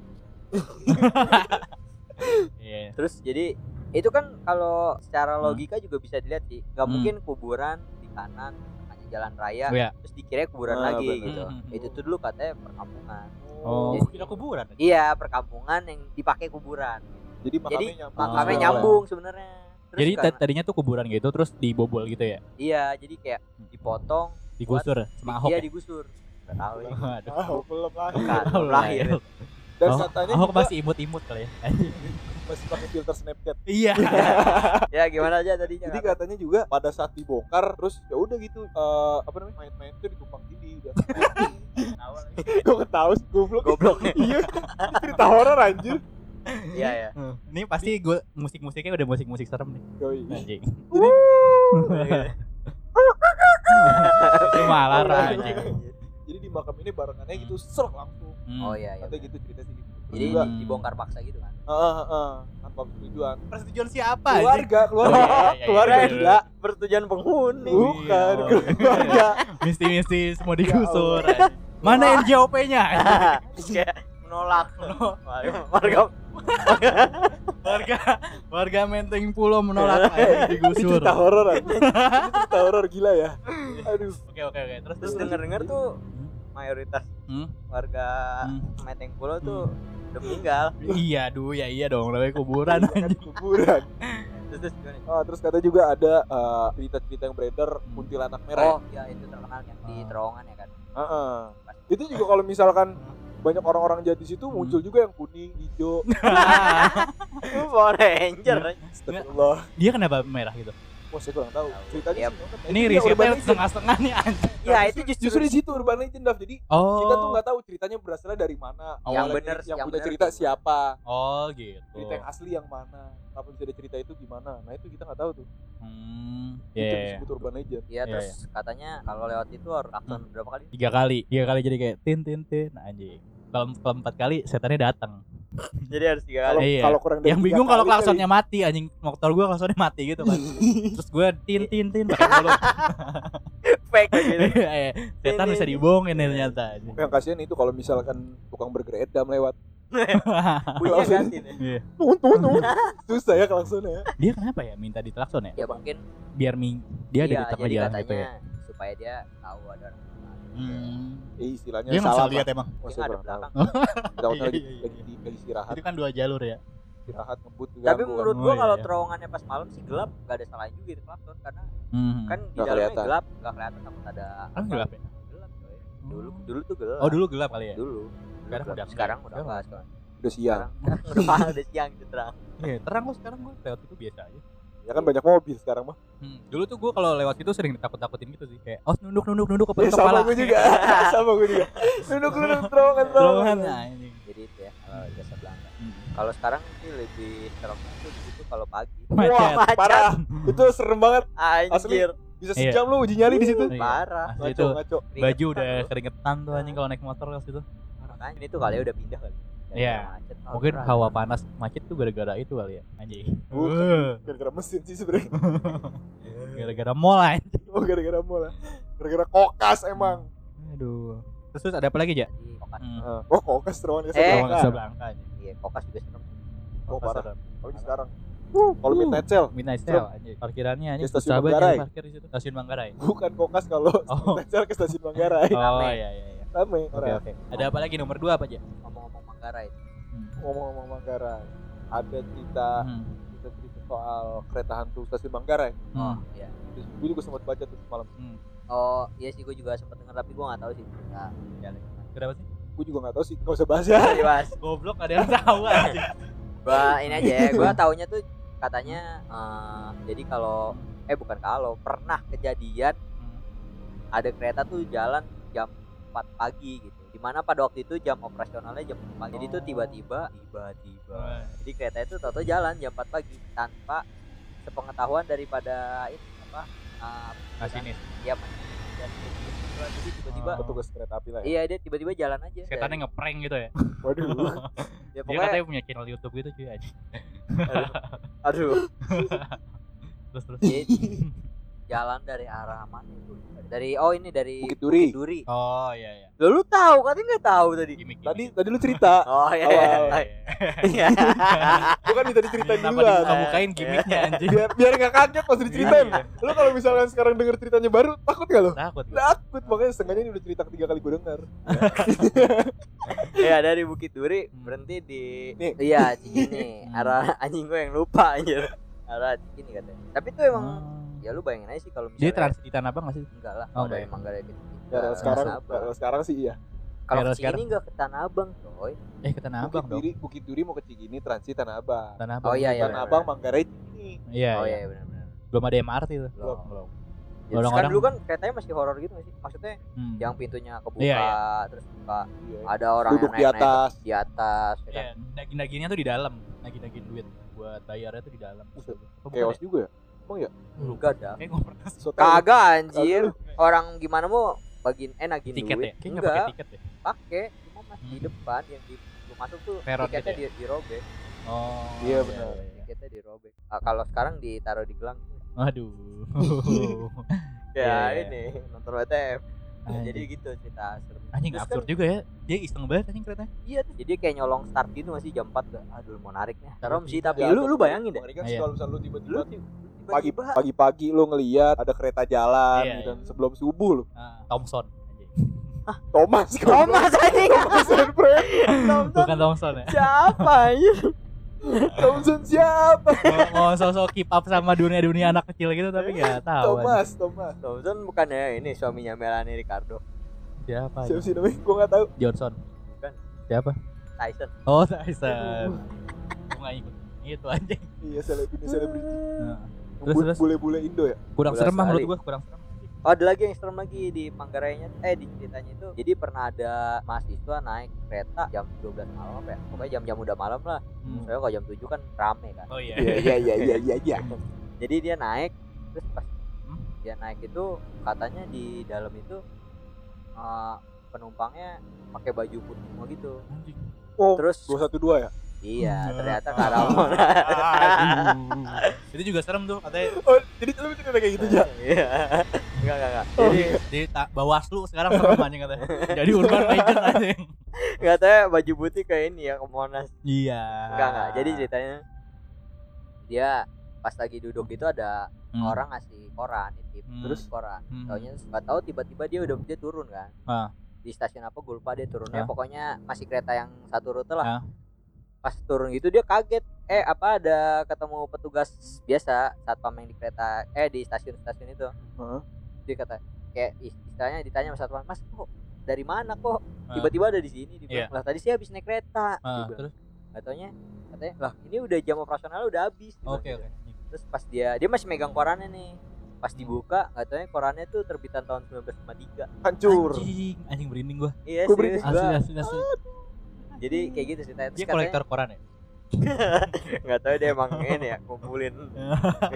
S3: Iya.
S2: Terus jadi itu kan kalau secara
S3: Hmm.
S2: logika juga bisa dilihat sih, nggak
S3: Hmm.
S2: mungkin kuburan di kanan hanya jalan raya,
S3: Iya.
S2: terus di kiri kuburan
S4: Ah,
S2: lagi
S4: benar.
S2: gitu.
S3: Hmm.
S2: Itu tuh dulu katanya perkampungan.
S3: Oh,
S2: Jadi-
S3: kira kuburan.
S2: Iya perkampungan yang dipakai kuburan.
S4: Jadi makamnya
S2: Jadi
S4: nyambung.
S2: Makamnya
S3: Oh.
S2: nyambung sebenarnya. Terus
S3: Jadi
S2: karena-
S3: tad- tadinya tuh kuburan gitu terus dibobol gitu ya.
S2: iya jadi kayak dipotong,
S3: Digusur sama Ahok.
S2: dia
S3: Hmm. Ya?
S2: digusur. Nggak tahu ya.
S3: Waduh.
S4: Ah, belum lah.
S2: Bukan, belum lahir.
S3: Ahok-
S4: Dan
S3: Ahok-
S4: katanya
S3: Ahok
S4: juga
S3: Oh, masih imut-imut
S4: *laughs*
S3: kali ya. Anjing.
S4: masih pakai filter Snapchat.
S3: Iya.
S2: ya gimana aja tadinya.
S4: Jadi
S2: nggak
S5: kan-
S4: katanya juga pada saat dibongkar terus ya udah gitu eh, apa namanya main-main tuh ditumpang tindih udah. Gue ketawa sih goblok.
S2: tahu. Goblok.
S4: *laughs* Iya, cerita horor anjir.
S2: Iya ya.
S3: *laughs* Ini pasti gue musik-musiknya udah musik-musik serem nih.
S4: Yoi. *laughs*
S3: Anjing.
S2: Iya.
S3: Itu malar anjing.
S4: Jadi di makam ini barengannya gitu serak langsung.
S3: Hmm.
S2: Oh iya iya.
S4: Katanya gitu cerita sih gitu.
S2: Jadi
S4: Juga.
S2: di- dibongkar paksa gitu
S3: Iya,
S2: kan.
S4: Heeh, heeh. Tanpa persetujuan.
S3: persetujuan siapa anjing?
S4: Keluarga, keluarga.
S3: Oh, iya, iya, iya,
S4: keluarga
S3: iya, iya.
S4: enggak.
S5: persetujuan
S2: *laughs*
S5: penghuni
S4: Bukan
S3: Iya.
S4: keluarga.
S3: Mistis-mistis
S4: Ya
S3: mau digusur. anjing. Mana NJOP-nya?
S5: *laughs* kayak menolak *laughs* warga
S3: Warga warga Menteng Pulau
S4: Ya.
S3: menolak anjing,
S4: Ini
S3: digusur.
S4: cerita horor anjing. Ini cerita horor gila ya. Aduh.
S3: Oke oke oke. Terus
S5: terus denger dengar tuh mayoritas
S3: Hmm?
S5: warga
S3: Hmm.
S5: Meteng Pulau tuh
S2: Hmm.
S5: udah meninggal
S3: Iya, aduh, ya iya dong, namanya kuburan
S4: Kan
S3: anjing.
S4: kuburan.
S5: terus terus gimana
S4: Ah, terus kata juga ada eh, cerita-cerita yang beredar kuntilanak merah.
S2: Oh, ya itu terkenal yang di
S3: Oh.
S2: terowongan ya kan.
S4: Heeh. Itu juga kalau misalkan banyak orang-orang jadi situ muncul juga yang kuning, hijau.
S5: *laughs* Lu Power Ranger
S4: Astagfirullah.
S3: Dia kenapa merah gitu?
S4: Wah, saya kurang tahu. Ceritanya
S2: Yap.
S4: sih, kan.
S3: Ini
S4: Dia urban
S3: risetnya
S4: legend.
S3: setengah-setengah nih anjing.
S5: ya
S4: Nah,
S5: itu justru
S4: justru di situ urban legend Daf. Jadi
S3: Oh.
S4: kita tuh nggak tahu ceritanya berasalnya dari mana.
S2: Yang
S4: Awalnya
S2: bener,
S4: yang,
S2: yang
S4: punya
S2: bener.
S4: cerita siapa,
S3: Oh, gitu.
S4: cerita yang asli yang mana, kenapa bisa ada cerita itu gimana. Nah itu kita nggak tahu tuh.
S3: Hmm.
S4: Itu
S3: Ya.
S4: disebut urban legend.
S2: Iya,
S3: Iya, Hmm.
S2: terus katanya kalau lewat itu harus klakson berapa kali?
S3: Tiga kali. Tiga kali jadi kayak tin tin tin Nah, anjing. Kalau kalau empat kali setannya datang.
S5: jadi harus tiga
S4: Kalau
S5: kali
S3: Iya.
S4: kalau kurang dari
S3: Yang
S4: tiga
S3: bingung kalau
S4: kali ya.
S3: klaksonnya mati anjing motor gua klaksonnya mati gitu
S4: *laughs*
S3: kan. Terus gua tin tin tin pakai mulut.
S5: fake gitu
S3: *laughs* Eh, Setan bisa dibohongin nih ternyata. anjing.
S4: kali. Yang kasihan itu kalau misalkan tukang bergeredam lewat. *laughs* Iya.
S5: punya kan?
S4: Langsung.
S5: ganti nih
S3: *laughs* Iya.
S4: Tuh tuh tuh. Susah ya klaksonnya.
S3: Dia kenapa ya minta diklakson ya?
S2: Ya mungkin
S3: Biar ming dia ada
S2: iya,
S3: di tengah
S2: jadi
S3: jalan
S2: katanya
S3: gitu ya.
S2: supaya dia tahu ada orang kenal.
S3: Hmm.
S4: Eh istilahnya
S3: Dia nggak
S4: salah.
S3: salah lihat emang.
S4: Pak. Wah,
S2: Dia
S4: saya
S2: nggak ada
S4: kurang tahu.
S2: belakang.
S4: Kita waktu
S3: Iya,
S4: lagi
S3: *laughs* iya, iya.
S4: lagi di- lagi istirahat,
S3: Itu kan dua jalur ya.
S4: istirahat ngebut kan. juga.
S2: Tapi
S4: gua
S2: menurut
S3: Oh,
S2: gua
S3: iya,
S2: kalau
S3: iya.
S2: terowongannya pas malam sih gelap, nggak ada salahnya juga itu klakson karena
S3: Hmm.
S2: kan
S4: Nggak
S2: di dalamnya
S4: kelihatan.
S2: gelap, nggak kelihatan takut ada
S3: kan gelap ya.
S2: Gelap, coy. Dulu dulu tuh gelap.
S3: Oh, dulu gelap kali ya.
S2: Dulu. Gelap.
S3: Sekarang udah enggak.
S2: sekarang udah
S3: Sekarang
S2: enggak sekarang.
S4: kan udah siang.
S2: Sekarang udah *laughs* malam, udah siang udah terang.
S3: Iya, terang kok sekarang gua lewat itu biasa aja.
S4: Ya
S2: Iya.
S4: kan banyak mobil sekarang mah.
S3: Hmm, dulu tuh gue kalau lewat situ sering ditakut-takutin gitu sih kayak oh nunduk nunduk nunduk ke
S4: Ya, sama
S3: kepala.
S4: gue
S3: *laughs*
S4: juga. sama gue juga. Duduk duduk terowongan terowongan.
S3: Terowongan anjing.
S2: Jadi itu ya kalau jasa belakang. Kalau sekarang sih lebih serem itu itu kalau pagi.
S4: Wah,
S3: Macet.
S4: parah. Itu serem banget. Asli.
S5: anjir
S4: Bisa
S3: Iya.
S4: sejam lu uji nyali di situ.
S3: Iya.
S2: Parah.
S3: Asli
S4: Ngaco
S3: itu
S4: ngaco.
S3: baju
S2: Keringetan
S3: udah
S2: lu.
S3: keringetan tuh anjing kalau naik motor ke situ.
S2: Makanya ini tuh kali udah pindah kali. Gara-gara
S3: Iya.
S2: macet. Oh,
S3: Mungkin
S2: berat.
S3: hawa panas macet tuh gara-gara itu kali ya anjing.
S4: Bukan.
S3: Wuh,
S4: Gara-gara mesin sih sebenarnya.
S3: *laughs*
S4: *laughs*
S3: Gara-gara mall anjing.
S4: Oh gara-gara mola. Gara-gara kokas emang.
S3: Aduh. Terus, terus ada apa lagi, Ja?
S2: Jadi kokas.
S3: Hmm.
S4: Heeh. Oh kokas terowongan
S2: Eh,
S4: Casablanca.
S3: Terowongan Casablanca anjing.
S2: Iya, kokas juga serem.
S4: Oh
S3: Pasar
S4: parah.
S3: Rebo.
S4: Apalagi sekarang. Kalau midnight sale
S3: Midnight Sale anjing. Parkirannya anjing
S4: Di stasiun
S3: susah banget
S4: Manggarai.
S3: nyari parkir di situ. Stasiun Manggarai.
S4: bukan kokas kalau
S3: *laughs* Oh.
S4: midnight sale ke stasiun
S3: *laughs*
S4: Manggarai.
S3: Oh iya iya iya.
S4: Eh, Rame
S3: Oke
S4: orang.
S3: oke. Ada apa lagi nomor 2 apa, Ja?
S2: Ngomong-ngomong Manggarai.
S4: Hmm. Ngomong-ngomong Manggarai. Ada cerita
S3: Hmm.
S4: cerita cerita soal kereta hantu stasiun Manggarai.
S2: Oh,
S3: Hmm.
S2: iya.
S4: Terus gue juga sempat baca tuh semalam.
S2: Oh, iya sih gue juga sempat dengar tapi gue nggak tahu sih. Nah, jalan.
S3: Kenapa sih?
S4: Gue juga nggak tahu sih. Gak usah bahas
S3: *laughs*
S4: ya.
S2: Sorry, Mas.
S3: Goblok ada yang *laughs* tahu anjing.
S2: Gua ini aja ya, gua taunya tuh katanya eh, jadi kalau eh bukan kalau pernah kejadian
S4: Hmm.
S2: ada kereta tuh jalan jam 4 pagi gitu. Dimana pada waktu itu jam operasionalnya jam 4 pagi. Jadi tuh tiba-tiba tiba-tiba. Jadi kereta itu tato jalan jam 4 pagi tanpa sepengetahuan daripada ini apa? eh,
S3: Masinis.
S2: ya Mas. Dan jadi tiba-tiba
S3: Oh.
S4: Petugas kereta api lah ya.
S2: iya dia tiba-tiba jalan aja.
S3: Setannya ngeprank gitu ya.
S4: Waduh.
S2: Ya,
S3: Dia
S2: Iya. pokoknya
S3: katanya punya channel YouTube gitu cuy anjing.
S5: aduh
S3: Terus terus.
S2: dia Iya, jalan dari arah mana itu? Dari oh ini dari
S4: Bukit Duri.
S2: Bukit Duri.
S3: Oh iya iya.
S5: Loh, lu tahu katanya nggak tahu tadi
S3: Gimik.
S4: Tadi tadi lu cerita.
S5: oh iya
S4: Awal.
S2: *laughs*
S5: iya
S4: Bukan kan minta diceritain
S3: Kenapa
S4: duluan.
S3: dibuka-bukain
S2: Iya.
S3: gimiknya anjing?
S4: biar biar nggak kaget pas diceritain
S3: Iya.
S4: lu kalau misalkan sekarang denger ceritanya baru takut gak lu
S3: Takut. gua.
S4: takut makanya setengahnya ini udah cerita ketiga kali gue denger
S2: *laughs*
S5: ya dari Bukit Duri berhenti di
S4: Nih.
S2: Iya, Cikini.
S3: *laughs* Hmm.
S2: Arah anjing gue yang lupa anjir. Arah Cikini katanya. Tapi itu emang
S3: Oh.
S2: ya lu bayangin aja sih kalau misalnya
S3: Jadi transit di Tanah Abang nggak sih?
S2: enggak lah.
S3: Oh,
S2: Kalau dari
S3: enggak ya?
S2: Manggarai ke
S4: ya
S2: ke
S4: sekarang
S2: Tanah Abang.
S4: kalau sekarang sih iya
S2: Kalau
S3: Kalau
S2: ke
S3: sekarang-
S2: Cikini enggak ke Tanah Abang, coy.
S3: Eh ke Tanah
S4: Bukit
S3: Abang dong.
S4: Duri Bukit Duri mau ke Cigini transit Tanah Abang
S3: Tanah Abang.
S2: Oh iya iya.
S4: Tanah
S2: benar,
S4: Abang
S2: benar.
S4: Manggarai Cigini
S3: Iya.
S2: Oh
S3: iya.
S2: iya benar-benar.
S3: Belum ada MRT tuh. Hmm.
S2: Belum.
S3: Belum.
S2: Ya, terus kan
S3: Orang-orang-
S2: dulu kan keretanya masih horor gitu nggak sih? Maksudnya
S3: Hmm.
S2: yang pintunya kebuka
S3: Iya,
S2: terus buka
S4: Iya.
S2: ada orang
S4: duduk di
S2: yang naik-naik
S4: atas
S2: di atas ya kan?
S3: Iya, daging-dagingnya tuh di dalam. Daging-daging duit buat bayarnya tuh di dalam.
S4: Buset.
S3: Apa bukan
S4: chaos
S3: ya?
S4: juga ya emang ya
S2: Enggak ada.
S3: Kayaknya gua pernah
S4: So, tahu.
S2: Kagak anjir. Orang gimana mau bagiin eh nagiin
S3: tiket ya?
S2: duit?
S3: Kayaknya nggak
S2: Enggak.
S3: pakai tiket ya?
S2: pakai cuma masih di depan yang di masuk tuh
S3: Teror
S2: tiketnya
S3: gitu
S2: di, dirobek
S3: Oh.
S4: Iya, benar.
S3: iya.
S2: tiketnya dirobek Ah, kalau sekarang ditaruh di gelang
S3: Aduh.
S2: *laughs* ya
S3: Iya.
S2: ini nonton WTF Ya, jadi
S3: Anjing.
S2: gitu cerita serem
S3: Anjing
S2: Terus
S3: absurd
S2: kan-
S3: juga ya. Dia iseng banget anjing kereta.
S2: iya tuh. jadi kayak nyolong start gitu masih jam 4 gak aduh mau nariknya serem sih tapi
S4: Ya,
S2: Iya, lu lu bayangin deh
S4: Mengerikan
S3: Iya.
S4: sih kalau misalnya lu tiba-tiba
S2: Lu
S4: pagi
S2: tiba-tiba
S4: pagi-pagi lu ngelihat ada kereta jalan
S3: Iya,
S4: gitu
S3: iya.
S4: sebelum subuh lu.
S3: Ah, Thompson. Anjing.
S4: Thomas
S5: Thomas anjing. Thompson
S3: Bukan Thompson ya.
S5: siapa anjing?
S4: Thompson siapa?
S3: Mau- Mau sosok keep up sama dunia-dunia anak kecil gitu tapi nggak tahu. anjing.
S4: Thomas, Thomas.
S2: Thompson bukan ya ini suaminya Melanie Ricardo
S3: Siapa?
S4: Siapa
S3: anjing?
S4: sih namanya? Gua enggak tahu.
S3: Johnson.
S2: Bukan.
S3: Siapa?
S2: Tyson
S3: Oh, Tyson. Gua nggak ikut. Itu anjing.
S4: Iya, selebriti selebriti.
S3: Nah, Terus,
S4: Bu-
S3: terus.
S4: Bule-bule Indo ya.
S3: kurang
S2: Bola
S3: serem lah menurut
S2: sekali.
S3: gua, kurang serem.
S2: Oh, ada lagi yang serem lagi di Manggarainya eh di ceritanya itu jadi pernah ada mahasiswa naik kereta jam 12 malam apa ya pokoknya jam-jam udah malam lah
S3: Hmm.
S2: soalnya kalau jam 7 kan rame kan
S3: Oh iya.
S4: Iya, iya, iya, iya, iya, iya.
S2: jadi dia naik terus pas
S3: Hmm?
S2: dia naik itu katanya di dalam itu eh, penumpangnya pakai baju putih semua gitu
S3: *laughs* Anjing.
S4: Oh,
S2: terus
S4: 212 ya?
S2: iya ternyata
S3: Ah. *laughs*
S2: karamona
S3: Aduh. Itu juga serem tuh katanya
S4: Oh, jadi lu cerita kayak gitu aja.
S2: iya enggak enggak enggak
S3: Jadi di ta- Bawaslu sekarang serem anjing katanya. Jadi urban legend anjing.
S2: enggak tahu ya, baju putih kayak ini ya ke Monas
S3: Iya.
S2: enggak enggak jadi ceritanya dia pas lagi duduk itu ada
S3: Hmm.
S2: orang ngasih koran nitip
S3: Hmm.
S2: terus koran
S3: Hmm.
S2: taunya nggak tahu tiba-tiba dia udah dia turun kan
S3: Ah.
S2: di stasiun apa gue lupa dia turunnya
S3: Ah.
S2: pokoknya masih kereta yang satu rute lah
S3: Ah.
S2: pas turun gitu dia kaget eh apa ada ketemu petugas biasa satpam yang di kereta eh di stasiun-stasiun itu
S4: Heeh.
S2: dia kata kayak ih, istilahnya ditanya sama satpam mas kok dari mana kok
S3: Ah.
S2: tiba-tiba ada di sini di
S3: Iya.
S2: lah tadi sih habis naik kereta Dia
S3: Ah,
S2: bilang.
S3: terus
S2: Nggak taunya katanya lah ini udah jam operasional udah habis Dia bilang
S3: oke
S2: gitu
S3: oke.
S2: terus pas dia dia masih megang korannya nih pas dibuka nggak taunya korannya tuh terbitan tahun 1953
S4: Hancur.
S3: Anjing, anjing merinding gua.
S2: iya
S4: Gua
S2: serius
S4: berhenti.
S2: gua.
S3: Asli asli asli.
S2: jadi kayak gitu sih terus
S3: Dia
S2: katanya-
S3: kolektor koran ya?
S2: nggak tahu dia emang ini ya
S3: *laughs*
S2: kumpulin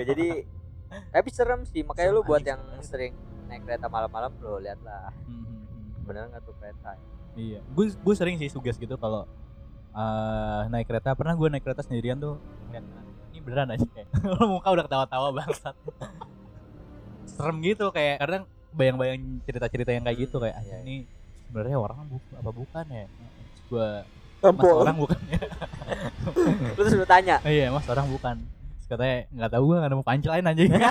S2: ya jadi tapi serem sih makanya
S3: Serem
S2: lu buat
S3: anjing,
S2: yang
S3: serem.
S2: sering naik kereta malam-malam lu lihat lah
S3: Hmm, hmm, hmm.
S2: bener nggak tuh
S3: *laughs*
S2: kereta
S3: Iya, gue gue sering sih suges gitu kalau eh, naik kereta. Pernah gue naik kereta sendirian tuh. ngeliat, Ini beneran aja kayak *laughs* lo muka udah ketawa-tawa bangsat. Serem gitu kayak kadang bayang-bayang cerita-cerita yang kayak gitu kayak
S2: Iya,
S3: "Anjing, ini sebenarnya orang bu- apa bukan ya? Gue mas
S4: Tampol.
S3: orang bukan ya? *laughs*
S2: lu terus lu tanya
S3: Eh, iya mas orang bukan. Terus katanya nggak tahu gue nggak nemu punchline anjing. *laughs*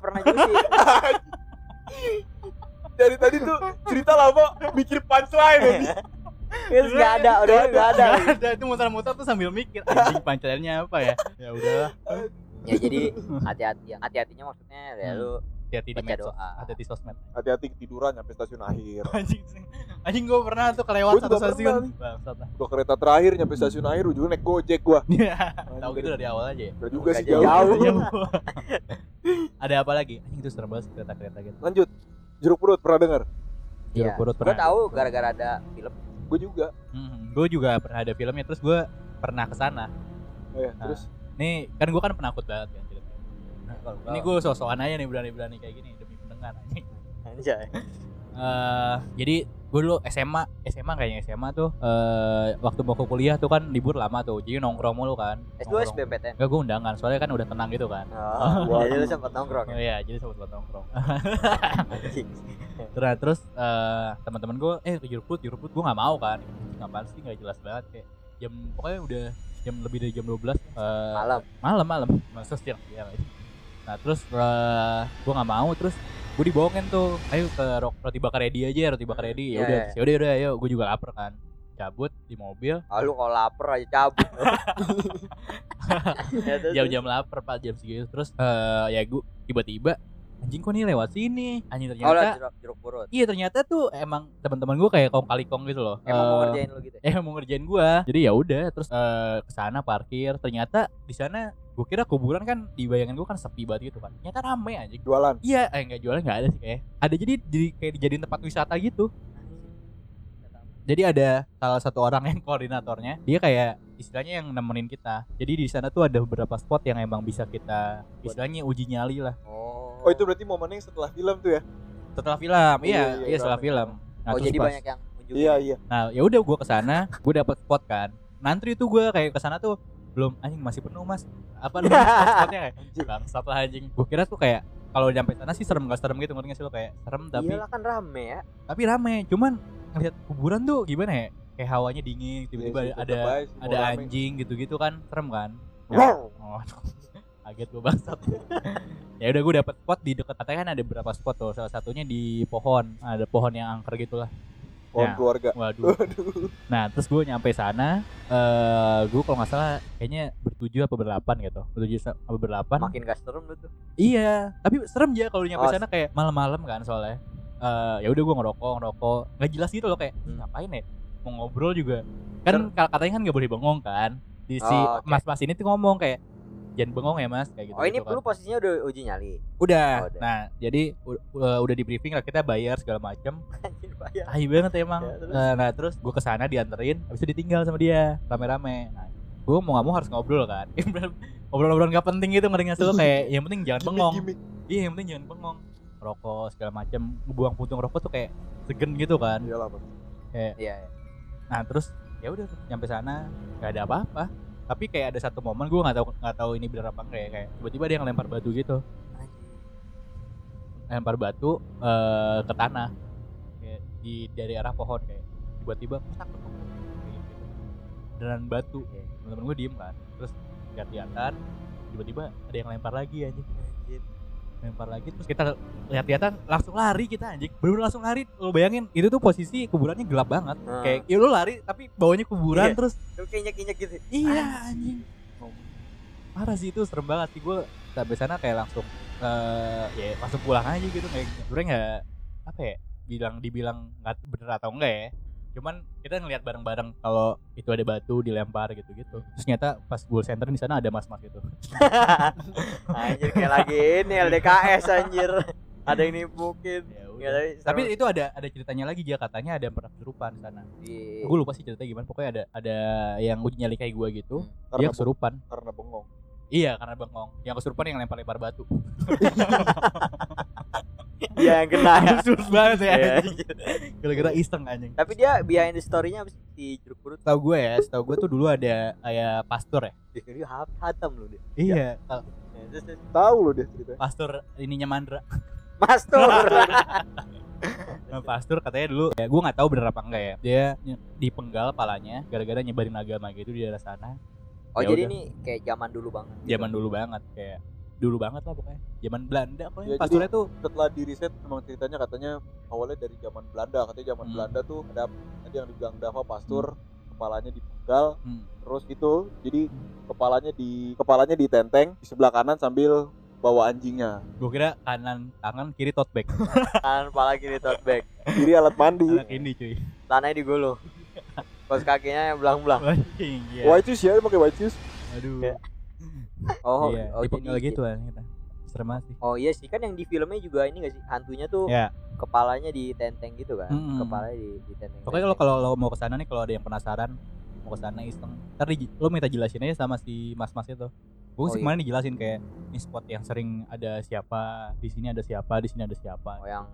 S2: pernah juga sih
S4: Dari tadi tuh cerita lama mikir punchline
S3: Iya.
S4: ini.
S2: terus nggak ada udah nggak ada
S3: Nggak ada itu muter-muter tuh sambil mikir anjing punchline-nya apa ya? Ya udah
S2: ya jadi hati-hati ya hati-hatinya maksudnya ya
S3: Hmm.
S2: lu
S3: hati-hati di
S2: baca
S3: medsos,
S2: doa
S3: hati-hati sosmed.
S4: Hati-hati tiduran sampai stasiun akhir.
S3: anjing sih. anjing gue pernah tuh kelewat
S4: Gua
S3: satu
S4: juga
S3: stasiun
S4: pernah
S3: bangsat lah *laughs*
S4: Gua kereta terakhir nyampe stasiun akhir ujungnya naik Gojek gua.
S3: Iya, tahu gitu dari awal aja ya Iya,
S4: Enggak juga sih
S2: Nggak
S4: jauh.
S2: jauh.
S3: *laughs* ada apa lagi anjing itu serem banget sih kereta-kereta gitu
S4: Lanjut. Jeruk perut pernah dengar?
S2: Iya.
S3: jeruk purut
S2: gue
S3: pernah
S2: tahu gara-gara ada film
S4: Gue juga.
S3: gue Hmm, juga pernah ada filmnya terus gue pernah kesana
S4: Oh, ya.
S3: Nah.
S4: Terus
S3: nih kan gue kan penakut banget kan jelek. Nah, ini gue sosokan aja nih berani-berani kayak gini demi pendengar anjing
S2: anjay
S3: Eh, jadi gue dulu SMA SMA kayaknya SMA tuh eh, waktu mau ke kuliah tuh kan libur lama tuh jadi nongkrong mulu kan
S2: S2
S3: Nongkrong.
S2: SBMPTN
S3: Enggak gue undangan soalnya kan udah tenang gitu kan *laughs*
S2: oh, jadi lu sempat nongkrong
S3: Oh
S2: ya
S3: iya, jadi sobat buat nongkrong. *laughs*
S2: Anjing.
S3: Terus terus eh, teman-teman gue, eh ke jeruk purut, jeruk purut gue nggak mau kan. Ngapain sih nggak jelas banget kayak jam pokoknya udah jam lebih dari jam 12 eh,
S2: malam
S3: malam malam masa siang ya guys. nah terus eh, gua nggak mau terus gue dibohongin tuh ayo ke ro- roti bakar Edi aja roti bakar Edi
S2: Iya,
S3: ya udah
S2: iya.
S3: ya udah udah ayo gue juga lapar kan cabut di mobil
S2: ah, lu kalau lapar aja
S3: *laughs*
S2: cabut Ya, terus-
S3: jam-jam lapar pak jam segitu terus eh, ya gue tiba-tiba anjing kok nih lewat sini anjing
S2: Oh, lu
S3: ternyata
S2: jeruk, jeruk purut.
S3: iya ternyata tuh emang teman-teman gue kayak kong kali kong gitu loh
S2: Emang mau
S3: Eh, *laughs*
S2: ngerjain lu gitu. ya?
S3: eh mau ngerjain gua jadi ya udah terus eh, ke sana parkir ternyata di sana gue kira kuburan kan di bayangan gue kan sepi banget gitu kan ternyata rame aja
S4: jualan.
S3: iya eh nggak jualan nggak ada sih kayak ada jadi jadi kayak dijadiin tempat wisata gitu jadi ada salah satu orang yang *laughs* koordinatornya dia kayak istilahnya yang nemenin kita jadi di sana tuh ada beberapa spot yang emang bisa kita istilahnya uji nyali lah
S2: Oh.
S4: Oh itu berarti momennya yang setelah film tuh ya?
S3: setelah film
S4: Iya,
S3: iya
S4: iya,
S3: iya setelah
S4: rame.
S3: film Nah,
S2: Oh,
S3: terus
S2: jadi
S3: pas-
S2: banyak yang juga.
S4: Iya iya.
S3: Nah, ya udah gua ke sana, gua dapet spot kan. Nantri tuh gua kayak ke sana tuh belum anjing masih penuh, Mas. Apa
S2: *laughs*
S3: lu masih ada spotnya kayak bangsat lah anjing. Gua kira tuh kayak kalau sampai sana sih serem gak serem gitu ngerti gak sih lo kayak serem tapi
S2: Iyalah kan rame ya.
S3: tapi rame cuman ngeliat kuburan tuh gimana ya kayak hawanya dingin tiba-tiba
S4: Iya sih,
S3: ada
S4: tetep aja sih, mau
S3: ada
S4: rame.
S3: anjing gitu-gitu kan serem kan
S4: Wow.
S3: oh, *laughs* kaget gue bangsat *laughs* ya udah gue dapet spot di dekat katanya kan ada beberapa spot tuh salah satunya di pohon ada pohon yang angker gitulah
S4: Pohon
S3: Ya.
S4: keluarga.
S3: waduh nah terus gue nyampe sana eh gue kalau nggak salah kayaknya bertujuh apa berdelapan gitu bertujuh sa- apa berdelapan
S2: Makin gak serem lu tuh.
S3: Iya, tapi serem ya kalau nyampe
S2: Oh,
S3: sana kayak malam-malam kan soalnya. Eh ya udah gua ngerokok, ngerokok. Gak jelas gitu loh kayak
S2: Hmm.
S3: "Ih, ngapain ya? Mau ngobrol juga. Kan kal- katanya kan gak boleh bengong kan. Di si
S2: Oh, oke.
S3: Mas-mas ini tuh ngomong kayak jangan bengong ya Mas kayak gitu.
S2: Oh ini
S3: gitu kan.
S2: lu posisinya udah uji nyali. *laughs*
S3: udah.
S2: Oh, udah.
S3: Nah, jadi u- u- udah di briefing lah kita bayar segala macam.
S2: Anjir bayar.
S3: Tai banget emang.
S2: Ya, terus?
S3: Eh, nah, terus gua ke sana dianterin, habis itu ditinggal sama dia rame-rame. Nah, gua mau gak mau harus ngobrol kan. *laughs* Ngobrol-ngobrol gak penting gitu ngeringas lo kayak yang penting jangan bengong.
S4: Gimik, gimik.
S3: Iya yang penting jangan bengong Rokok segala macam Buang puntung rokok tuh kayak segen gitu kan
S4: Iyalah, Bang.
S2: Iya. iya.
S3: Nah terus ya udah tuh, nyampe sana nggak ada apa-apa Tapi kayak ada satu momen gue nggak tahu nggak tahu ini bener apa enggak ya Kayak tiba-tiba dia ngelempar batu gitu Lempar batu eh, ke tanah kayak di dari arah pohon kayak tiba-tiba ketak, ketuk, ketuk, kayak gitu. Beneran batu
S2: Iya.
S3: temen-temen gue diem kan terus lihat-lihatan tiba-tiba ada yang lempar lagi anjing lempar lagi terus kita lihat-lihatan langsung lari kita anjing belum langsung lari lo bayangin itu tuh posisi kuburannya gelap banget
S2: Hmm.
S3: kayak ya lo lari tapi bawahnya kuburan
S2: Iya.
S3: terus
S2: Lu kayaknya kayaknya
S3: *laughs*
S2: gitu.
S3: iya anjing parah sih itu serem banget sih gue sampai sana kayak langsung eh ya langsung pulang aja gitu kayak sebenarnya nggak apa ya bilang dibilang nggak bener atau enggak ya cuman kita ngelihat bareng-bareng kalau itu ada batu dilempar gitu-gitu terus ternyata pas gue center di sana ada mas-mas gitu
S2: Anjir kayak lagi ini LDKS anjir. Ada yang nipukin.
S3: Ya udah.
S2: Nggak, Iya, tapi,
S3: tapi itu ada ada ceritanya lagi dia katanya ada yang pernah kesurupan di sana
S2: Iya.
S3: gue lupa sih ceritanya gimana pokoknya ada ada yang uji nyali kayak gue gitu dia
S4: Karena,
S3: kesurupan
S4: karena bengong.
S3: iya karena bengong yang kesurupan yang lempar-lempar batu
S2: Iya yang kena ya.
S3: *laughs* absurd banget ya
S2: Iya.
S3: anjing. gara-gara iseng anjing
S2: Tapi dia behind the story-nya abis di jeruk purut.
S3: tau gue ya tau gue tuh dulu ada kayak pastor ya
S2: Jadi hat- hatam lu dia.
S3: iya tau-
S2: Ya, terus- terus.
S4: Tahu loh dia ceritanya.
S3: pastor ininya *laughs* mandra
S2: Mas tuh.
S3: *laughs* Ya Nah, pastor katanya dulu ya gue nggak tahu bener apa enggak ya dia ny- dipenggal palanya gara-gara nyebarin agama gitu di daerah sana
S2: Oh
S3: Ya
S2: jadi
S3: udah.
S2: ini kayak zaman dulu banget.
S3: zaman dulu banget kayak dulu banget lah pokoknya zaman Belanda pokoknya
S4: Ya, jadi-
S3: pasturnya tuh
S4: Setelah di riset memang ceritanya katanya awalnya dari zaman Belanda. Katanya zaman
S3: Hmm.
S4: Belanda tuh ada tadi yang dibilang Dava pastur kepalanya dipenggal
S3: Hmm.
S4: terus itu jadi kepalanya di kepalanya ditenteng di sebelah kanan sambil bawa anjingnya
S3: gue kira kanan tangan kiri tote
S4: *laughs*
S3: bag
S2: Tangan pala kiri tote bag.
S3: *laughs*
S4: kiri alat mandi
S3: anak ini cuy
S2: Tanahnya digulung. Kos kakinya yang belang-belang.
S3: anjing iya
S4: white shoes ya dia pakai white shoes
S3: aduh
S2: Iya. Oh,
S3: iya
S2: oh,
S3: dipenggal
S2: jadi-
S3: gitu anjing kita serem banget sih
S2: Oh iya sih kan yang di filmnya juga ini gak sih hantunya tuh
S3: Ya.
S2: kepalanya ditenteng gitu kan.
S3: Mm-mm.
S2: Kepalanya di ditenteng.
S3: pokoknya lo kalau lo mau kesana nih kalau ada yang penasaran mau kesana iseng ntar di- lo minta jelasin aja sama si mas-mas itu gue
S2: Oh, iya.
S3: sih kemarin dijelasin kayak ini spot yang sering ada siapa di sini ada siapa di sini ada siapa
S2: Oh, yang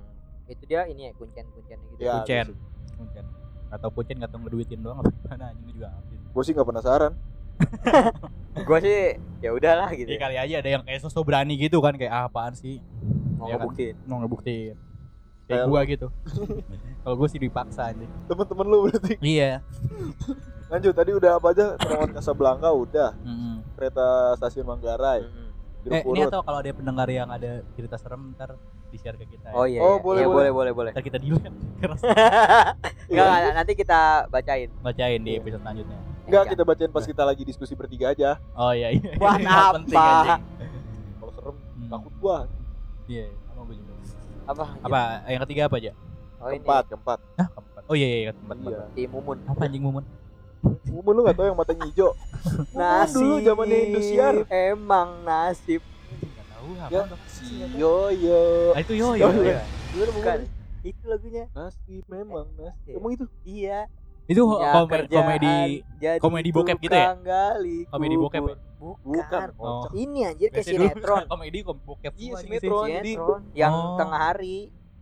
S2: itu dia ini ya kuncen-kuncennya gitu.
S4: Ya.
S3: kucen kucen atau kucen atau ngeduitin doang apa gimana anjing gua juga ngerti
S4: gue sih nggak penasaran
S2: *laughs* Gua sih ya udahlah gitu.
S3: Iya
S2: Ya,
S3: kali aja ada yang kayak sosok berani gitu kan kayak "Ah, apaan sih
S2: mau
S3: Iya kan?
S2: ngebuktiin.
S3: mau ngebuktiin
S4: Kayak
S3: kayak gua
S2: *laughs*
S3: gitu kalau gua sih dipaksa anjing
S4: temen-temen lu berarti
S3: iya
S4: lanjut tadi udah apa aja terowongan Casablanca udah
S3: Mm-mm.
S4: kereta stasiun Manggarai
S2: Mm-mm.
S4: jeruk
S3: eh ini
S4: purut
S3: atau kalau ada pendengar yang ada cerita serem ntar di share ke kita ya.
S2: Oh iya.
S4: Oh,
S2: iya.
S4: boleh,
S2: Iya,
S4: boleh.
S2: boleh boleh boleh.
S3: ntar kita dilihat *laughs* keras
S2: *laughs*
S4: Iya.
S2: Enggak, enggak, nanti kita bacain.
S3: bacain di episode selanjutnya
S4: Enggak, kita bacain pas kita lagi diskusi bertiga aja
S3: oh iya iya
S2: Buat
S3: *laughs* Nggak
S2: apa?
S3: penting, anjing.
S4: kalau serem
S3: Hmm.
S4: takut gua
S3: iya sama gua juga
S2: apa?
S3: apa yang ketiga apa aja
S2: Oh ini
S4: keempat keempat
S3: ah keempat oh iya iya iya, keempat keempat.
S4: iya
S2: di Mumun.
S3: apa anjing momen
S4: Mumun lu gak tau yang matanya hijau
S2: *laughs*
S4: Mumun
S2: Nasib.
S4: dulu zamannya Indosiar
S2: Emang nasib.
S3: nggak tahu apa
S4: Ya.
S3: apa.
S4: si Yoyo
S3: ah, itu yo yo
S4: Yo, yo.
S3: iya.
S4: gimana Mumun
S2: Bukan. Itu lagunya.
S4: nasib memang nasib
S2: Iya.
S4: emang itu
S2: Iya.
S3: itu
S2: Punya
S3: komedi
S2: kerjaan,
S3: komedi
S2: jadi
S3: komedi bokep gitu ya?
S2: tukang gali
S3: komedi bokep
S2: kubur.
S3: ya?
S2: Bukan.
S4: bukan
S3: Oh.
S4: kocak.
S2: Ini anjir kayak
S3: Biasanya dulu
S2: sinetron.
S3: *laughs* komedi kom bokep
S4: Iya,
S3: semua anjing sih.
S4: sinetron. Jadi-
S2: Sinetron yang
S3: Oh.
S2: tengah hari.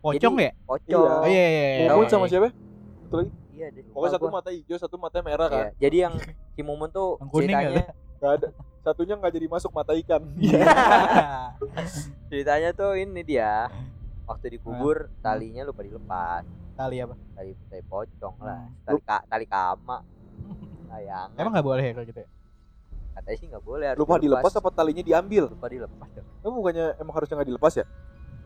S3: pocong
S2: Jadi-
S3: ya
S2: Pocong.
S3: oh iya iya iya
S4: Mumun
S3: iya.
S4: sama siapa
S2: iya deh
S4: Pokoknya
S2: lupa
S4: satu
S2: gua.
S4: mata hijau, satu mata merah
S2: Iya,
S4: kan.
S2: jadi yang si momen tuh
S3: Yang kuning ya?
S2: *laughs*
S3: nggak
S2: ceritanya
S4: Gak ada. Satunya nggak jadi masuk mata ikan.
S2: *laughs*
S4: Iya.
S2: ceritanya tuh ini dia waktu dikubur
S3: Ah.
S2: talinya lupa dilepas
S3: Tali apa?
S2: tali tali pocong lah tali ka, tali
S3: *laughs*
S2: kama sayang
S3: Ah. Emang nggak boleh ya kalau gitu? ya?
S2: katanya sih nggak boleh harus
S4: Lupa dilepas
S2: dilepas.
S4: apa talinya diambil?
S2: lupa dilepas dong.
S4: Emang bukannya emang harusnya nggak dilepas
S2: *laughs*
S4: ya?